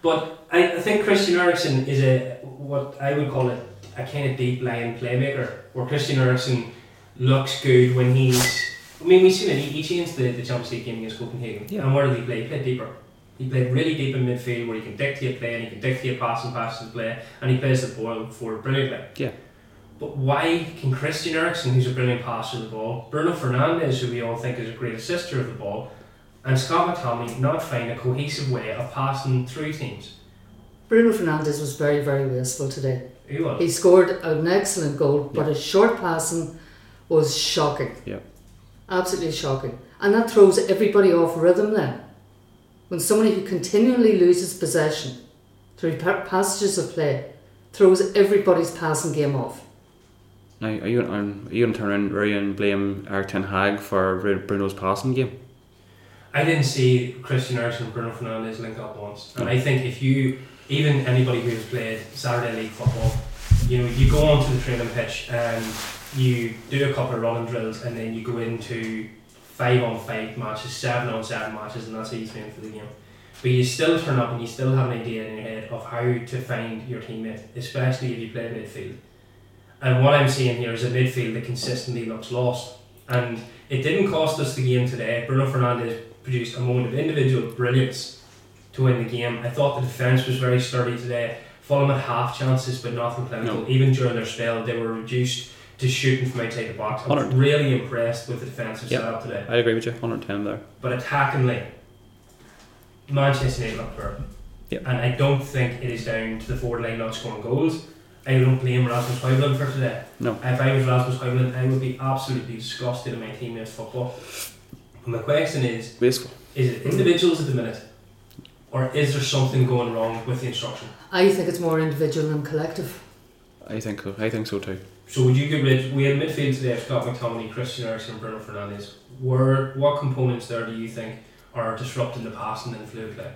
But I, I think Christian Eriksen is a what I would call a, a kind of deep lying playmaker. Where Christian Eriksen looks good when he's. I mean, we seen it. He, he changed the, the Champions League game against Copenhagen. Yeah. And where did he play? He played deeper. He played really deep in midfield where he can dictate play and he can dictate pass and pass and play and he plays the ball forward brilliantly. Yeah. But why can Christian Eriksen, who's a brilliant passer of the ball, Bruno Fernandes, who we all think is a great assister of the ball, and Scott McTominay not find a cohesive way of passing through teams? Bruno Fernandes was very, very wasteful today. He was. He scored an excellent goal, but his short passing was shocking. Yeah. Absolutely shocking. And that throws everybody off rhythm then. When somebody who continually loses possession through pa- passages of play throws everybody's passing game off. Now, are you um, are you going to turn around Rory, and blame Eric Ten Hag for Bru- Bruno's passing game? I didn't see Christian Eriksen and Bruno Fernandes link up once, and I think if you, even anybody who has played Saturday league football, you know, you go onto the training pitch and you do a couple of running drills, and then you go into five on five matches, seven on seven matches, and that's how you train for the game. But you still turn up and you still have an idea in your head of how to find your teammate, especially if you play midfield. And what I'm seeing here is a midfield that consistently looks lost. And it didn't cost us the game today. Bruno Fernandes produced a moment of individual brilliance to win the game. I thought the defence was very sturdy today. Fulham had half chances, but nothing clinical. Even during their spell, they were reduced to shooting from outside the box. I was Hundred. really impressed with the defensive Yeah. setup today. I agree with you, hundred ten there. But attackingly, Manchester United look poor. Yep. And I don't think it is down to the forward line not scoring goals. I don't blame Rasmus Højlund for today. No. If I was Rasmus Højlund, I would be absolutely disgusted at my team in football. But my question is: Wasteful. Is it individuals at the minute, or is there something going wrong with the instruction? I think it's more individual than collective. I think so. I think so too. So would you get rid? We had midfield today: of Scott McTominay, Christian Eriksen, and Bruno Fernandes. Were what components there do you think are disrupting the passing and fluid play?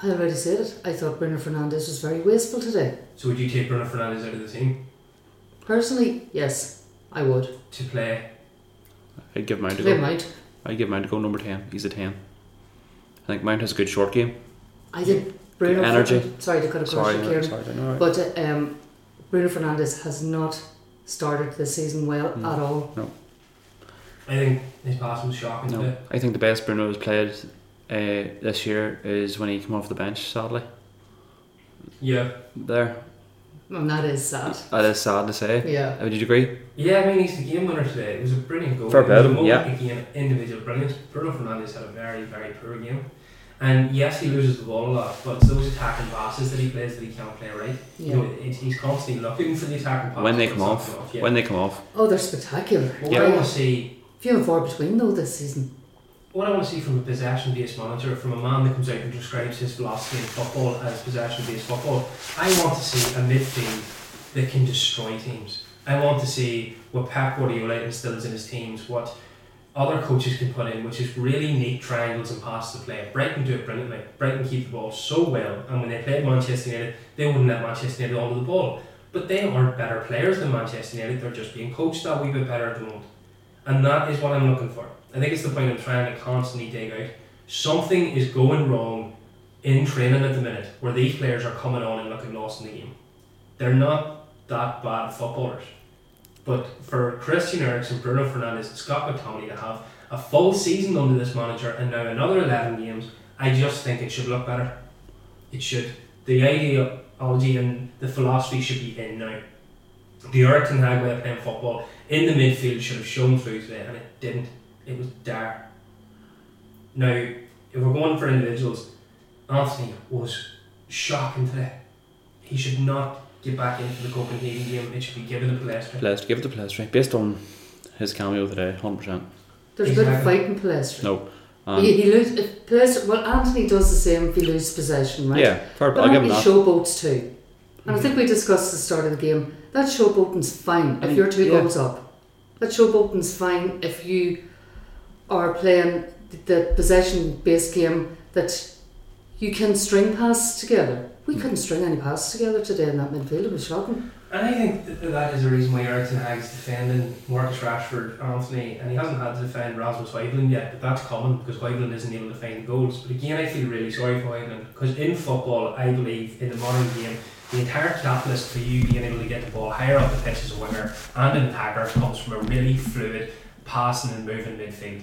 I already said it. I thought Bruno Fernandez was very wasteful today. So would you take Bruno Fernandes out of the team Personally, yes, I would. to play? I'd give Mount a They go. might. I'd give Mount a go number ten. He's a ten. I think Mount has a good short game. I think Bruno. Good energy. sorry to cut across Sorry, you, no, Kieran. sorry, no, But uh, um, Bruno Fernandez has not started this season well No. at all. I think his passing was shocking no. today. I think the best Bruno has played uh, this year is when he came off the bench. Sadly, Yeah, there And that is sad. that is sad to say. Uh, Yeah. Would you agree? Yeah, I mean, he's the game winner today. It was a brilliant goal. Fair It was play, a moment yeah. in the game, individual brilliance. Bruno Fernandes had a very, very poor game. And yes, he loses the ball a lot, but it's those attacking passes that he plays that he can't play right. You Yeah. know, it's, he's constantly looking for the attacking passes. When they but come it's not off. coming yeah. When they come off, Oh, they're spectacular. But what I Yeah. want to see, Few and far between though this season. what I want to see from a possession-based manager, from a man that comes out and describes his philosophy in football as possession-based football, I want to see a midfield that can destroy teams. I want to see what Pep Guardiola instills in his teams, what other coaches can put in, which is really neat triangles and passes to play. Brighton do it brilliantly. Brighton keep the ball so well, and when they played Manchester United, they wouldn't let Manchester United onto the ball. But they aren't better players than Manchester United. They're just being coached that wee bit better at the moment, and that is what I'm looking for. I think it's the point I'm trying to constantly dig out. Something is going wrong in training at the minute, where these players are coming on and looking lost in the game. They're not that bad footballers. But for Christian Eriksen, Bruno Fernandes, and Scott McTominay to have a full season under this manager and now another 11 games, I just think it should look better. It should. The ideology and the philosophy should be in now. The Eric Ten Hag way of playing football in the midfield should have shown through today, and it didn't. It was dire. Now, if we're going for individuals, Anthony was shocking today. He should not get back into the Copenhagen game. It should be given to Leicester. Palestra, give it to Palestra based on his cameo today, hundred percent. There's a bit of Exactly. fight in Palestra. No, he, he lose, if Palestra. Well, Anthony does the same if he loses possession, right? Yeah, fair, But I'll give him Anthony that. Mm-hmm. showboats too. And I think we discussed at the start of the game. That showboating's fine I if mean, you're two yeah. goals up. That showboating's fine if you are playing th- the possession based game that you can string passes together. Mm-hmm. We couldn't string any passes together today in that midfield. It was shocking. And I think that, that is the reason why Eric Ten Hag's defending Marcus Rashford, Anthony, and he hasn't had to defend Rasmus Højlund yet, but that's common because Højlund isn't able to find goals. But again, I feel really sorry for Højlund because in football, I believe in the modern game, the entire catalyst for you being able to get the ball higher up the pitch as a winger and an attacker comes from a really fluid passing and moving midfield.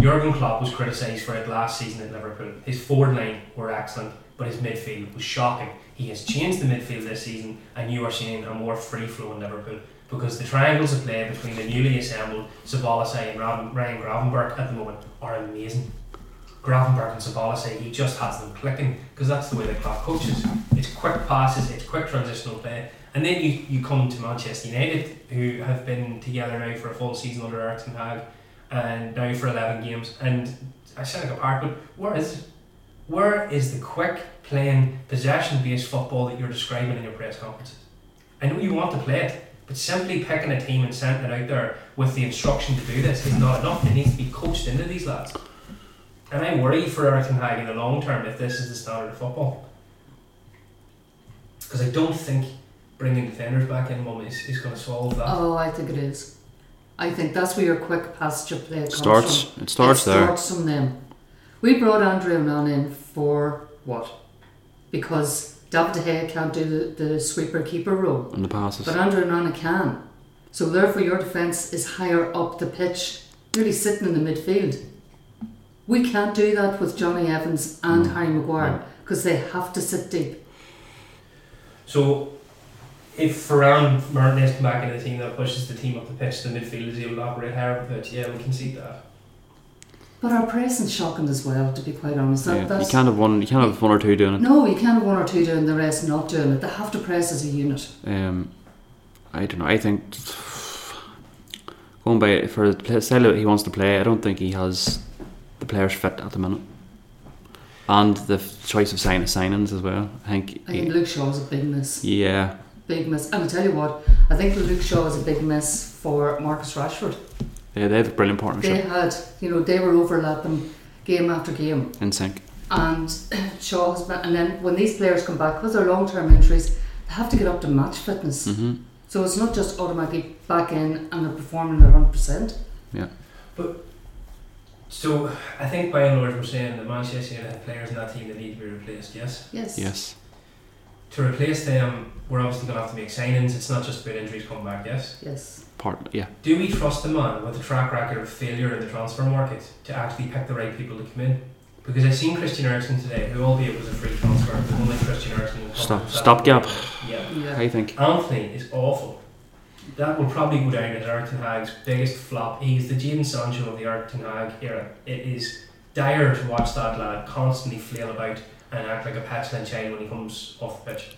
Jurgen Klopp was criticised for it last season at Liverpool. His forward line were excellent, but his midfield was shocking. He has changed the midfield this season, and you are seeing a more free flowing Liverpool because the triangles of play between the newly assembled Sabalasai and Ra- Ryan Gravenberg at the moment are amazing. Gravenberg and Sabalasai, he just has them clicking because that's the way that Klopp coaches. It's quick passes, it's quick transitional play, and then you, you come to Manchester United, who have been together now for a full season under Eric Ten Hag and now for 11 games. And I sound like a park, but where is it? Where is the quick playing, possession based football that you're describing in your press conferences? I know you want to play it, but simply picking a team and sending it out there with the instruction to do this is not enough. It needs to be coached into these lads. And I worry for Eric Ten Hag in the long term if this is the standard of football. Because I don't think bringing defenders back in, Mum, is, is going to solve Ah. that. Oh, I think it is. I think that's where your quick pasture play comes from. starts. It starts it there. starts from them. We brought Andre Onan in for what? Because David De Gea can't do the, the sweeper keeper role, And the passes. but Andre Onan can. So therefore, your defence is higher up the pitch, nearly sitting in the midfield. We can't do that with Johnny Evans and Harry Maguire because they have to sit deep. So, if Ferran Martinez come back into the team that pushes the team up the pitch, the midfield is able to operate higher up the pitch. Yeah, we can see that. But our pressing's shocking as well, to be quite honest. That, Yeah, that's, you can't have one. You can't have one or two doing it. no, you can't have one or two doing the rest not doing it. They have to press as a unit. Um, I don't know. I think going by for the play, style that he wants to play, I don't think he has the players fit at the minute, and the f- choice of sign signings as well. I think. I he- think Luke Shaw's a big miss. yeah, Big miss. And I tell you what, I think Luke Shaw is a big miss for Marcus Rashford. they, they have a brilliant They partnership had, you know, they were overlapping game after game. in sync. And [CLEARS THROAT] Shaw has been, and then when these players come back, because they're long term injuries, they have to get up to match fitness. hmm So it's not just automatically back in and they're performing at 100%. So I think by and large we're saying that Manchester United have players in that team that need to be replaced. Yes. Yes. Yes. To replace them, we're obviously going to have to make signings. It's not just about injuries coming back. Yes. Yes. Part. Yeah. Do we trust a man with a track record of failure in the transfer market to actually pick the right people to come in? Because I've seen Christian Eriksen today, who albeit was a free transfer, but only Christian Eriksen. will come Stop- himself. stopgap. Yeah. Yeah. I think. Anthony is awful. That will probably go down as Eric Ten Hag's biggest flop. He's the Jadon Sancho of the Eric Ten Hag era. It is dire to watch that lad constantly flail about and act like a petulant child when he comes off the pitch.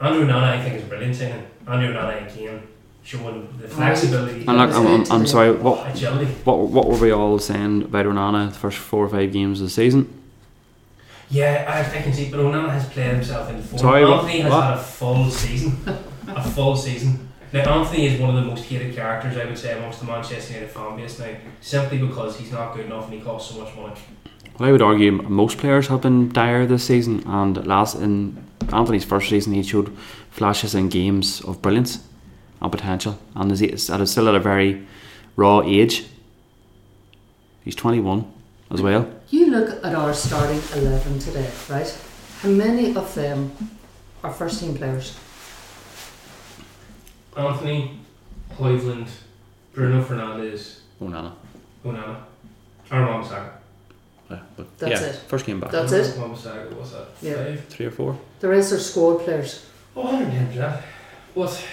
Andrew Nana, I think, is brilliant signing. Andrew Nana again, showing the flexibility, And look, I'm, I'm, I'm sorry. What agility. what what were we all saying about Onana the first four or five games of the season? Yeah, I, I can see, but Onana has played himself into form. Sorry, what- Anthony has what? had a full season. a full season. Now, Anthony is one of the most hated characters, I would say, amongst the Manchester United fan base now, simply because he's not good enough and he costs so much money. Well, I would argue most players have been dire this season, and last in Anthony's first season, he showed flashes in games of brilliance and potential, and is, is at a, still at a very raw age. He's 21 as well. You look at our starting 11 today, right? How many of them are first team players? Anthony, Hoyland, Bruno Fernandes, Onana. Onana, Armand Saka. Yeah, but That's yeah, Uh-huh. it. First game back. That's it. Armand Saka, what's that? Yeah. Five? Three or four. The rest are squad players. Oh, 100 games, that. What?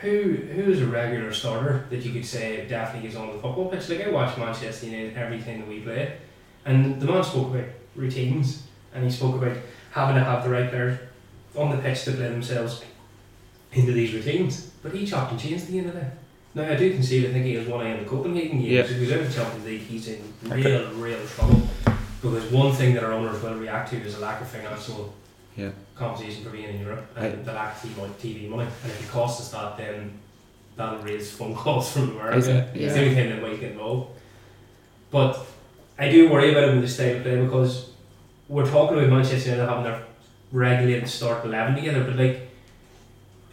Who who is a regular starter that you could say definitely is on the football pitch? Like I watch Manchester United every time that we play, and the man spoke about routines, and he spoke about having to have the right players on the pitch to play themselves into these routines. But he chopped and changed at the end of the day. Now I do concede I think he has one eye on the Copenhagen game. Yeah. If he goes out of the Champions League, he's in Okay. real, real trouble. Because one thing that our owners will react to is a lack of financial Yeah. compensation for being in Europe and Right. the lack of TV mon- TV money. And if it costs us that, then that'll raise phone [LAUGHS] calls from Is America. it? Yeah. It's the only thing that might get involved. But I do worry about him with the style of play because we're talking about Manchester United having their regulated start 11 together, but like,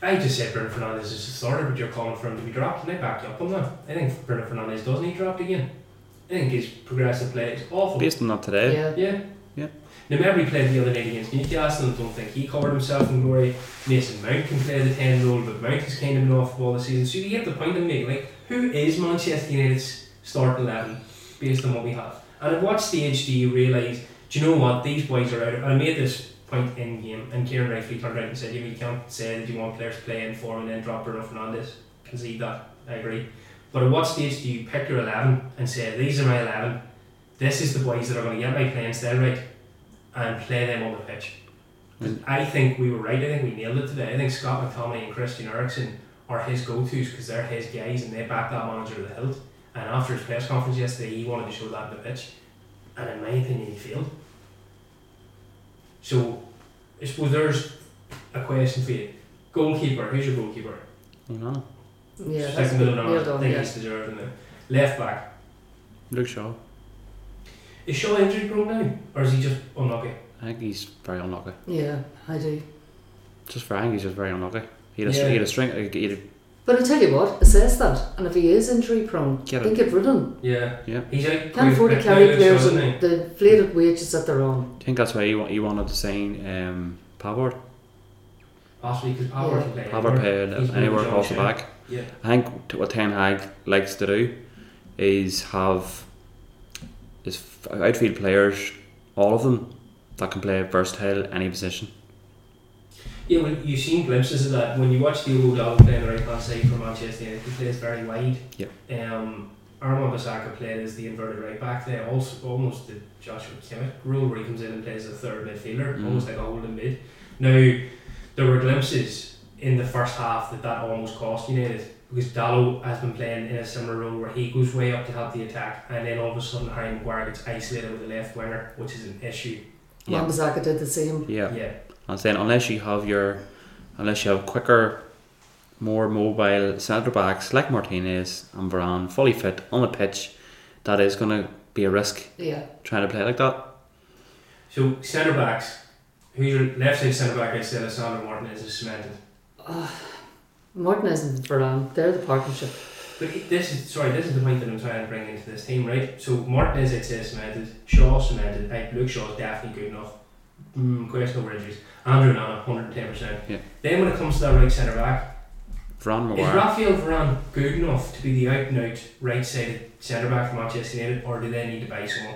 I just said Bruno Fernandes is the starter, but you're calling for him to be dropped, and I back you up on that. I think Bruno Fernandes does need dropped again. I think his progressive play is awful. Based on that today. Yeah. Yeah. Yeah. Now, Mabry played the other night against Newcastle and don't think he covered himself in glory. Mason Mount can play the 10 role, but Mount has kind of been off all the season. So you get the point I'm making. Like, who is Manchester United's starting 11 based on what we have? And at what stage do you realise, do you know what, these boys are out of. I made this point in game, and Kieran rightfully turned around and said, yeah, you can't say that you want players to play in form and then drop Bruno Fernandes. Concede that. I agree. But at what stage do you pick your 11 and say, these are my 11? this is the boys that are going to get my play instead, right? And play them on the pitch. 'Cause I think we were right. I think we nailed it today. I think Scott McTominay and Christian Eriksen are his go-tos because they're his guys and they back that manager to the hilt. And after his press conference yesterday, he wanted to show that on the pitch. And in my opinion, he failed. So, I suppose there's a question for you. Goalkeeper, who's your goalkeeper? Onana. Yeah, that's Second middle number. nailed I on, think yeah. he's deserving it. Left back. Luke Shaw. Is Shaw injury prone now? Or is he just unlucky? I think he's very unlucky. Yeah, I do. Just for I think he's just very unlucky. He had a, Yeah. he had a string. He had a, But I tell you what, it says that. And if he is injury prone, Get they him. get rid of him. Yeah. Yeah. He's out. Can't afford to carry players on the inflated wages that they're on. I think that's why he, wa- he wanted to sign um, Pavard. Last week, because Power can play. Pavard played He's anywhere moved across the on, yeah. back. Yeah. I think t- what Ten Hag likes to do is have his f- outfield players, all of them, that can play versatile any position. Yeah, well, you've seen glimpses of that when you watch the old dog playing the right hand side for Manchester United. He plays very wide. Yeah. Um, Arma Vasaka played as the inverted right back there, also almost the Joshua Kimmich role where he comes in and plays as a third midfielder, Mm. almost like a holding mid. Now, there were glimpses in the first half that that almost cost United because Dallo has been playing in a similar role where he goes way up to help the attack and then all of a sudden Harry Maguire gets isolated with the left winger, which is an issue. Yeah. Wan-Bissaka did the same. Yeah. yeah. I'm saying unless you have your, unless you have quicker, more mobile centre backs like Martinez and Varane fully fit on the pitch, that is going to be a risk Yeah. trying to play like that. So centre backs, who's your left side centre back? I said Alessandro Martinez is cemented. Ah, Martinez and Varane, they're the partnership. But it- this is sorry, this is the point that I'm trying to bring into this team, right? So Martinez I'd say cemented, Shaw cemented. Like Luke Shaw's definitely good enough. Mm, question over injuries. Andrew Nana, hundred ten percent. Yeah. Oh, Then when it comes to that right centre back, Varane is [LAUGHS] Maguire. Raphael Varane good enough to be the out and out right sided centre back for Manchester United, or do they need to buy someone?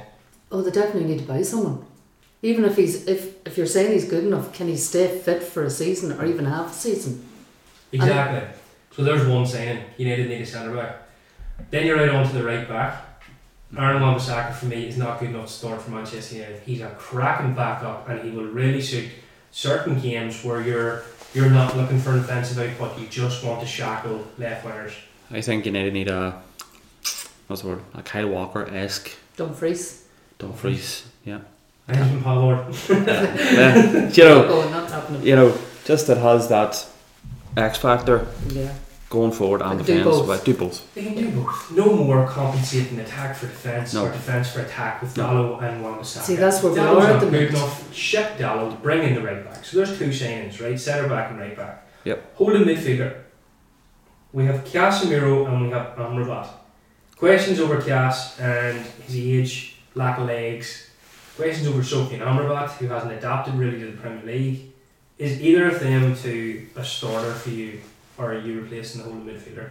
Oh, they definitely need to buy someone. Even if he's if if you're saying he's good enough, can he stay fit for a season or even half a season? Exactly. so there's one saying United need a centre back. Then you're right onto the right back. Aaron Wan-Bissaka for me is not good enough to start for Manchester United. He's a cracking backup, and he will really suit certain games where you're you're not looking for an offensive output. You just want to shackle left wingers. I think United need a, what's the word, a Kyle Walker esque Dumfries. Dumfries. Yeah. And he's been Pollard. yeah. You know, Oh, not happening. you know, just that has that X factor Yeah. going forward and Do defence, both. but do both. They can do both. No more compensating attack for defence No. or defence for attack with No. Dallo and Wan-Bissaka. See, that's where we Dallow's are at not the good minute. enough. Ship Dallow, bring in the right back. So there's two signings, right? Centre back and right back. Yep. Holding midfielder. We have Casemiro and we have Amrabat. Questions over Cas and his age, lack of legs. Questions over Sophie and Amrabat, who hasn't adapted really to the Premier League. Is either of them to a starter for you, or are you replacing the holding midfielder?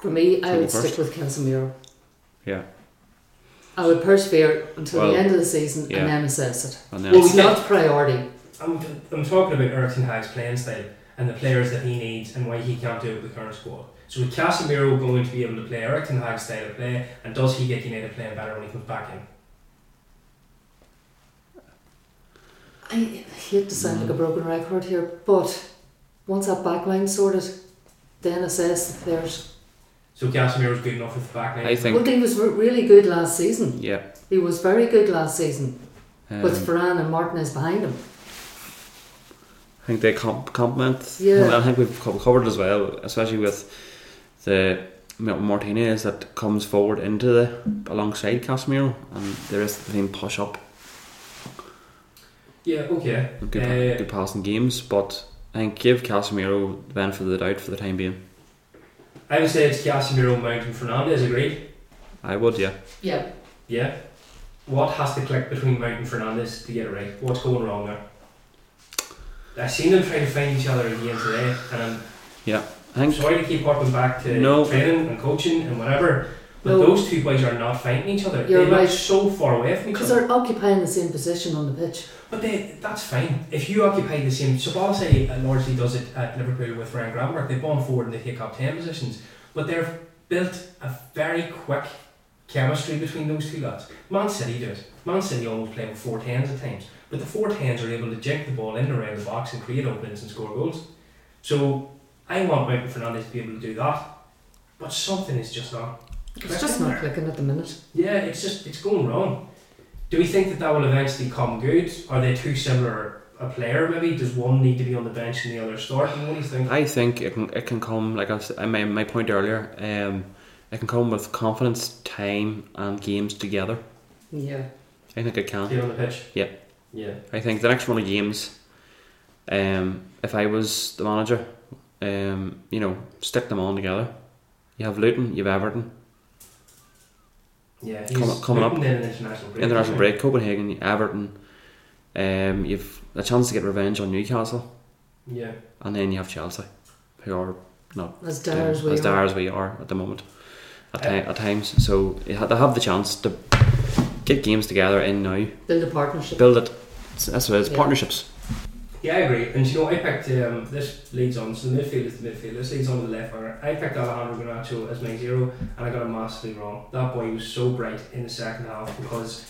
For me, I So the would first- stick with Casemiro. Yeah. I would persevere until Well, the end of the season yeah. and then assess it. And then Well, It's we not priority. I'm, I'm talking about Ericsson Hag's playing style and the players that he needs and why he can't do it with the current squad. So is Casemiro going to be able to play Ericsson Hag's style of play and does he get United playing better when he comes back in? I hate to sound Mm. like a broken record here, but once that back line's sorted, then assess the players. So Casemiro's good enough with the back line. I think Well, he was re- really good last season. yeah. He was very good last season Um, with Ferran and Martinez behind him. I think they comp- complement. Yeah. Well, I think we've co- covered as well, especially with the Ma- Martinez that comes forward into the alongside Casemiro, and the rest of the team push up. yeah, okay. Good, pa- Uh, good passing games, but I think give Casemiro the benefit of the doubt for the time being. I would say it's Casemiro, Mount and Fernandez, agreed? I would, yeah. Yeah. Yeah. What has to click between Mount and Fernandez to get it right? What's going wrong there? I seen them trying to find each other again today and I'm I think sorry to keep harping back to No. training and coaching and whatever, but No. those two boys are not fighting each other. You're they right. look so far away from each Because other. they're occupying the same position on the pitch. But they, that's fine. If you occupy the same, so Balsay uh, largely does it at Liverpool with Ryan Gramberg. They bomb forward and they take up 10 positions, but they've built a very quick chemistry between those two lads. Man City do it. Man City almost play with four tens at times, but the four tens are able to jink the ball in and around the box and create openings and score goals. So I want Michael Fernandez to be able to do that, but something is just not It's just not clicking at the minute. yeah, it's just it's going wrong. Do we think that that will eventually come good? Are they too similar a player? Maybe does one need to be on the bench and the other starting? What do you think? I think it can it can come like I was, I made my point earlier. Um, it can come with confidence, time, and games together. Yeah. I think it can. Get on the pitch. Uh-huh. Yeah. Yeah. I think the next one of games, um, if I was the manager, um, you know, stick them all together. You have Luton, you have Everton, Yeah. Coming- he's coming up. looking in an international break. international isn't he? break, Copenhagen, Everton. Um, you've a chance to get revenge on Newcastle, Yeah. and then you have Chelsea, who are As dire as we as are. Uh, dire as we are at the moment at, ti- at times. So you ha- they have the chance to get games together in now, Build a partnership. build it. So That's what it is, Yeah. partnerships. Yeah, I agree. And you know, I picked um, this leads on. So the midfield is the midfield. This leads on to the left winger. I picked Alejandro Garnacho as my zero, and I got it massively wrong. That boy was so bright in the second half because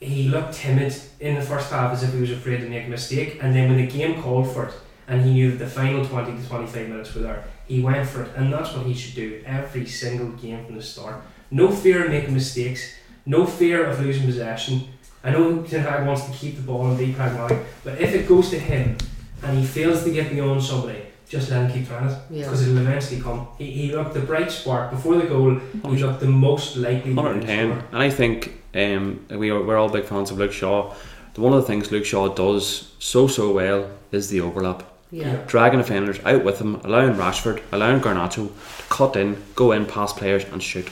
he looked timid in the first half as if he was afraid to make a mistake. And then when the game called for it, and he knew that the final twenty to twenty-five minutes were there, he went for it, and that's what he should do every single game from the start. No fear of making mistakes. No fear of losing possession. I know Ten Hag wants to keep the ball and be pragmatic, but if it goes to him and he fails to get beyond somebody, just let him keep trying it Yeah. because it'll eventually come. He, he looked the bright spark before the goal. He looked the most likely. to 110. score. And I think um, we are, we're all big fans of Luke Shaw. One of the things Luke Shaw does so, so well is the overlap. Yeah. Dragging offenders out with him, allowing Rashford, allowing Garnacho to cut in, go in past players and shoot.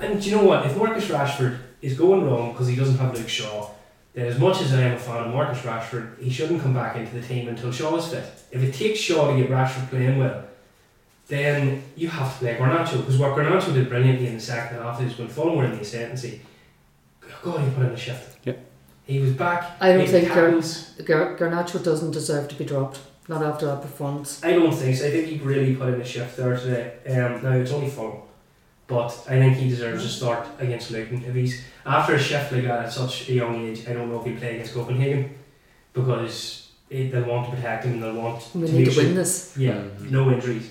And do you know what? If Marcus Rashford is going wrong because he doesn't have Luke Shaw, then as much as I am a fan of Marcus Rashford, he shouldn't come back into the team until Shaw is fit. If it takes Shaw to get Rashford playing well, then you have to play Garnacho because what Garnacho did brilliantly in the second half is when Fulham were in the ascendancy, God, he put in a shift. Yep. He was back. I don't making think Gar- tackles. Gar- Garnacho doesn't deserve to be dropped. Not after that performance. I don't think so. I think he really put in a shift there today. Um, now it's only Fulham, but I think he deserves a start against Luton. If he's after a shift like that at such a young age, I don't know if he'll play against Copenhagen because it, they'll want to protect him and they'll want We to need make to sure- win this. Yeah, Mhm. no injuries.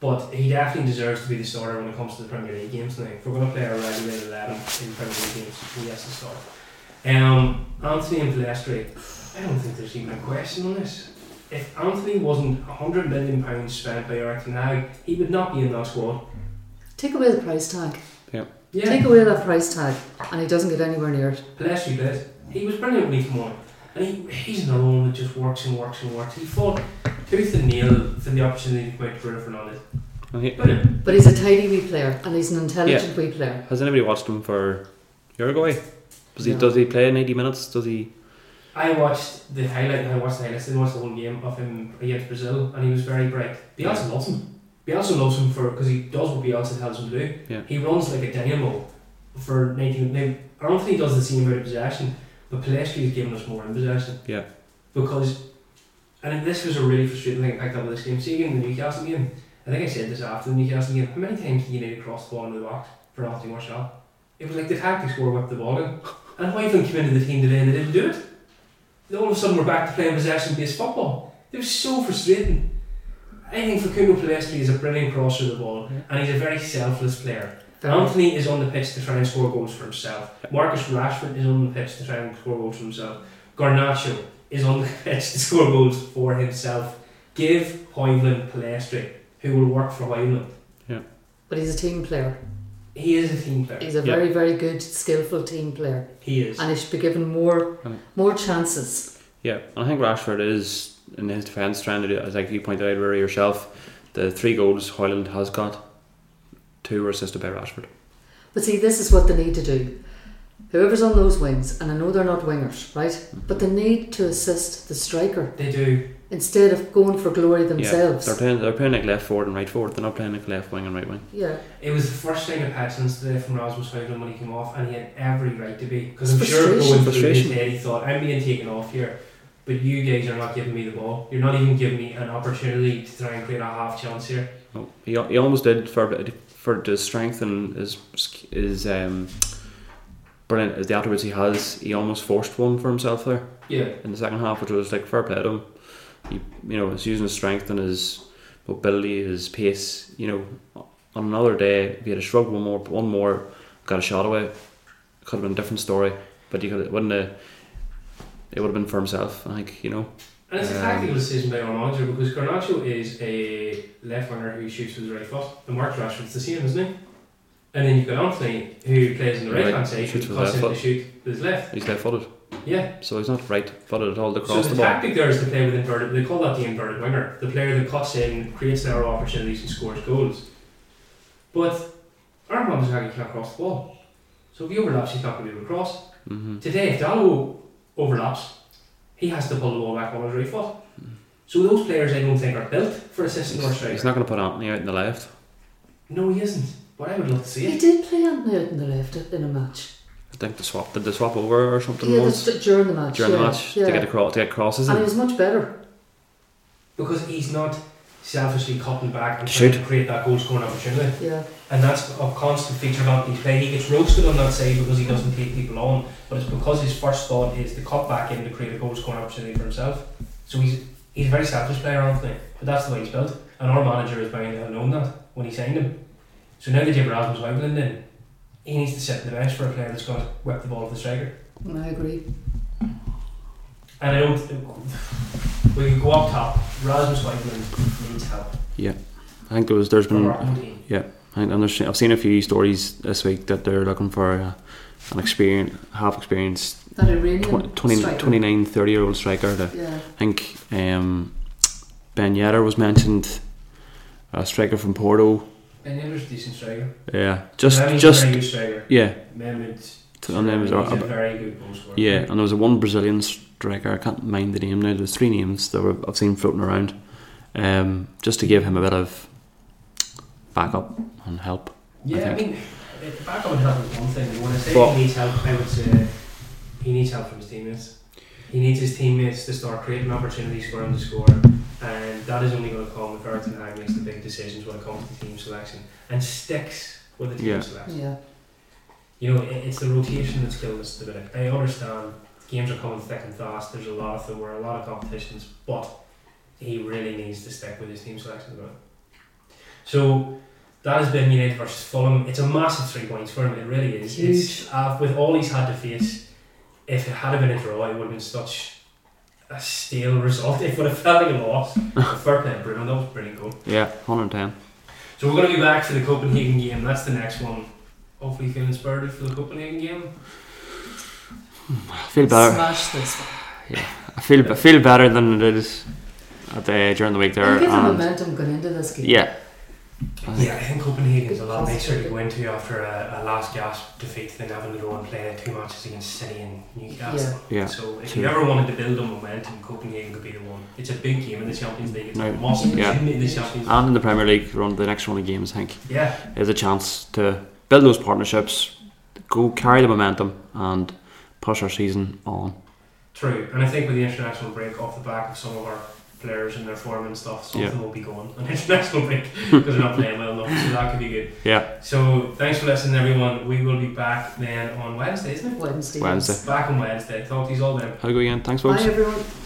But he definitely deserves to be the starter when it comes to the Premier League games now. If we're going to play a regulated 11 in Premier League games, he has to start. Um, Anthony and Palestri, I don't think there's even a question on this. If Anthony wasn't £100 million pounds spent by Eric Ten Hag, he would not be in that squad. Take away the price tag. Yeah, Take away that price tag, and he doesn't get anywhere near it. Palestri did. He was brilliant when he came on. And he, he's another one that just works and works and works. He fought tooth and nail for the opportunity to quit Bruno Fernandes. And he- Brilliant. But he's a tidy wee player, and he's an intelligent wee player. Has anybody watched him for Uruguay? Does he, No. does he play 90 minutes? Does he? I watched the highlight. I watched the highlights. Didn't watch the whole game of him against Brazil, and he was very bright. Bielsa loves him. Bielsa loves him for because he does what Bielsa tells him to do. Yeah. He runs like a dynamo for 19. Now, I don't think he does the same amount of possession, but Pelestri is giving us more in possession. Yeah. Because, and this was a really frustrating thing I picked up with this game. See, again, the Newcastle game. I think I said this after the Newcastle game. How many times did United cross the ball into the box for an off-team or shot? It was like the tactics were whipped the ball in. And why even came into the team today and they didn't do it? Then all of a sudden we're back to playing possession based football. It was so frustrating. I think Facundo Palestri is a brilliant crosser of the ball Yeah. and he's a very selfless player. Very- Anthony is on the pitch to try and score goals for himself. Marcus Rashford is on the pitch to try and score goals for himself. Garnacho is on the [LAUGHS] pitch to score goals for himself. Give Hoyland Palestri, who will work for Hoyland. But he's a team player. He is a team player. He's a Yeah. very, very good, skillful team player, He is. and he should be given more, Mm. more chances. Yeah, and I think Rashford is, in his defence, trying to do, as like you pointed out Rory, yourself, the three goals Hoyland has got, two were assisted by Rashford. But see, this is what they need to do. Whoever's on those wings, and I know they're not wingers, right? Mm-hmm. But they need to assist the striker They do. instead of going for glory They're themselves. playing, they're playing like left forward and right forward. They're not playing like left wing and right wing. Yeah, It was the first sign of petulance today from Rasmus Hoyland when he came off, and he had every right to be. Because I'm It's sure frustration. going through his Frustration. head, he thought, I'm being taken off here, but you guys are not giving me the ball. You're not even giving me an opportunity to try and create a half chance here. No, Oh, he, he almost did for for to strengthen his his um brilliant as the attributes he has. He almost forced one for himself there Yeah, in the second half, which was like fair play to him. He you know was using his strength and his mobility, his pace. You know, on another day, if he had a shrug one more, one more, got a shot away, could have been a different story. But he could it wouldn't have. It would have been for himself, I think. You know, and it's a Um, tactical decision by our manager because Garnacho is a left winger who shoots with his right foot, and Mark Rashford's the same, isn't he? And then you've got Anthony who plays on the Right, right hand side, shoots who with cuts left in to foot. shoot with his left. he's left-footed, Yeah, so he's not right-footed at all to So cross the the ball. tactic there is to play with inverted. They call that the inverted winger, the player that cuts in, creates narrow opportunities, and scores goals. But our mum's hacking can't cross the ball, so if he overlaps, he's not going to be able to cross. Mm-hmm. Today, if Dalo overlaps, he has to pull the ball back on his right foot. Mm-hmm. So those players, I don't think, are built for assisting or He's, striker. he's not going to put Anthony out in the left. No, he isn't. But I would love to see he it. did play Anthony out in the left in a match. I think they swapped did they swap over or something Yeah, once that's d- during the match. during yeah, the match yeah. to get the cro- to get crosses and he in. was much better. Because he's not selfishly cutting back and Shoot. trying to create that goal scoring opportunity. Yeah, And that's a constant feature of Anthony's play. He gets roasted on that side because he doesn't take people on, but it's because his first thought is to cut back in to create a goal scoring opportunity for himself. So he's he's a very selfish player, Anthony, but that's the way he's built. And our manager is bound to have known that when he signed him. So now that Jim Rasmus Wagland in, he needs to sit on the bench for a player that's got to whip the ball off the striker. I agree. And I don't. We could go up top. Rasmus Wagland needs help. Mm. I think there was there's From been our own team. I think there's- I've seen a few stories this week that they're looking for uh, a, an experienced, half experienced That Iranian tw- 20, striker. 29, 30 year old striker. To, Yeah, I think um, Ben Yedder was mentioned, a striker from Porto. Ben Yedder's a decent striker. Yeah, just Remy's a just very good striker. yeah. Mehmet. And then was he's a our- very good goal scorer. Yeah, and there was a one Brazilian striker. I can't mind the name now. There's three names that were, I've seen floating around, um, just to give him a bit of backup and help. Yeah, I, I mean, uh, back on help is one thing. But when I say But- he needs help, I would say he needs help from his teammates. He needs his teammates to start creating opportunities for him to score, and that is only going to come if Eric Ten Hag makes the big decisions when it comes to team selection and sticks with the team Yeah. selection. yeah, You know, i- it's the rotation that's killing us at the minute. I understand games are coming thick and fast. There's a lot of there were a lot of competitions, but he really needs to stick with his team selection at the minute. So that has been United versus Fulham. It's a massive three points for him. It really is. It's uh, with all he's had to face. If it had been a draw, it would have been such a stale result. It would have felt like a loss. But Fair play, Bruno. That was a brilliant goal. Yeah, hundred ten. So we're going to be back for the Copenhagen game. That's the next one. Hopefully, feeling spirited for the Copenhagen game. I feel better. smash this. one. I feel I feel better than it is at the, during the week there. We'll get the And momentum going into this game. yeah, Yeah, I think Copenhagen's a lot nicer to go into after a, a last gasp defeat than having to go and play two matches against City and Newcastle. yeah. So if True. you ever wanted to build on momentum, Copenhagen could be the one. It's a big game in the Champions League. It's a Right. must Yeah. win in the Champions League. And in the Premier League, run the next round of games. I think Yeah, is a chance to build those partnerships, go carry the momentum, and push our season on. true. And I think with the international break off the back of some of our players and their form and stuff, some of Yeah. them will be going on [LAUGHS] international break because they're not playing well enough. So that could be good. Yeah, So thanks for listening, everyone. We will be back then on Wednesday, isn't it? Wednesday. Wednesday. Back on Wednesday. Talk to you all then. how do you go again? Thanks, Bye folks. everyone.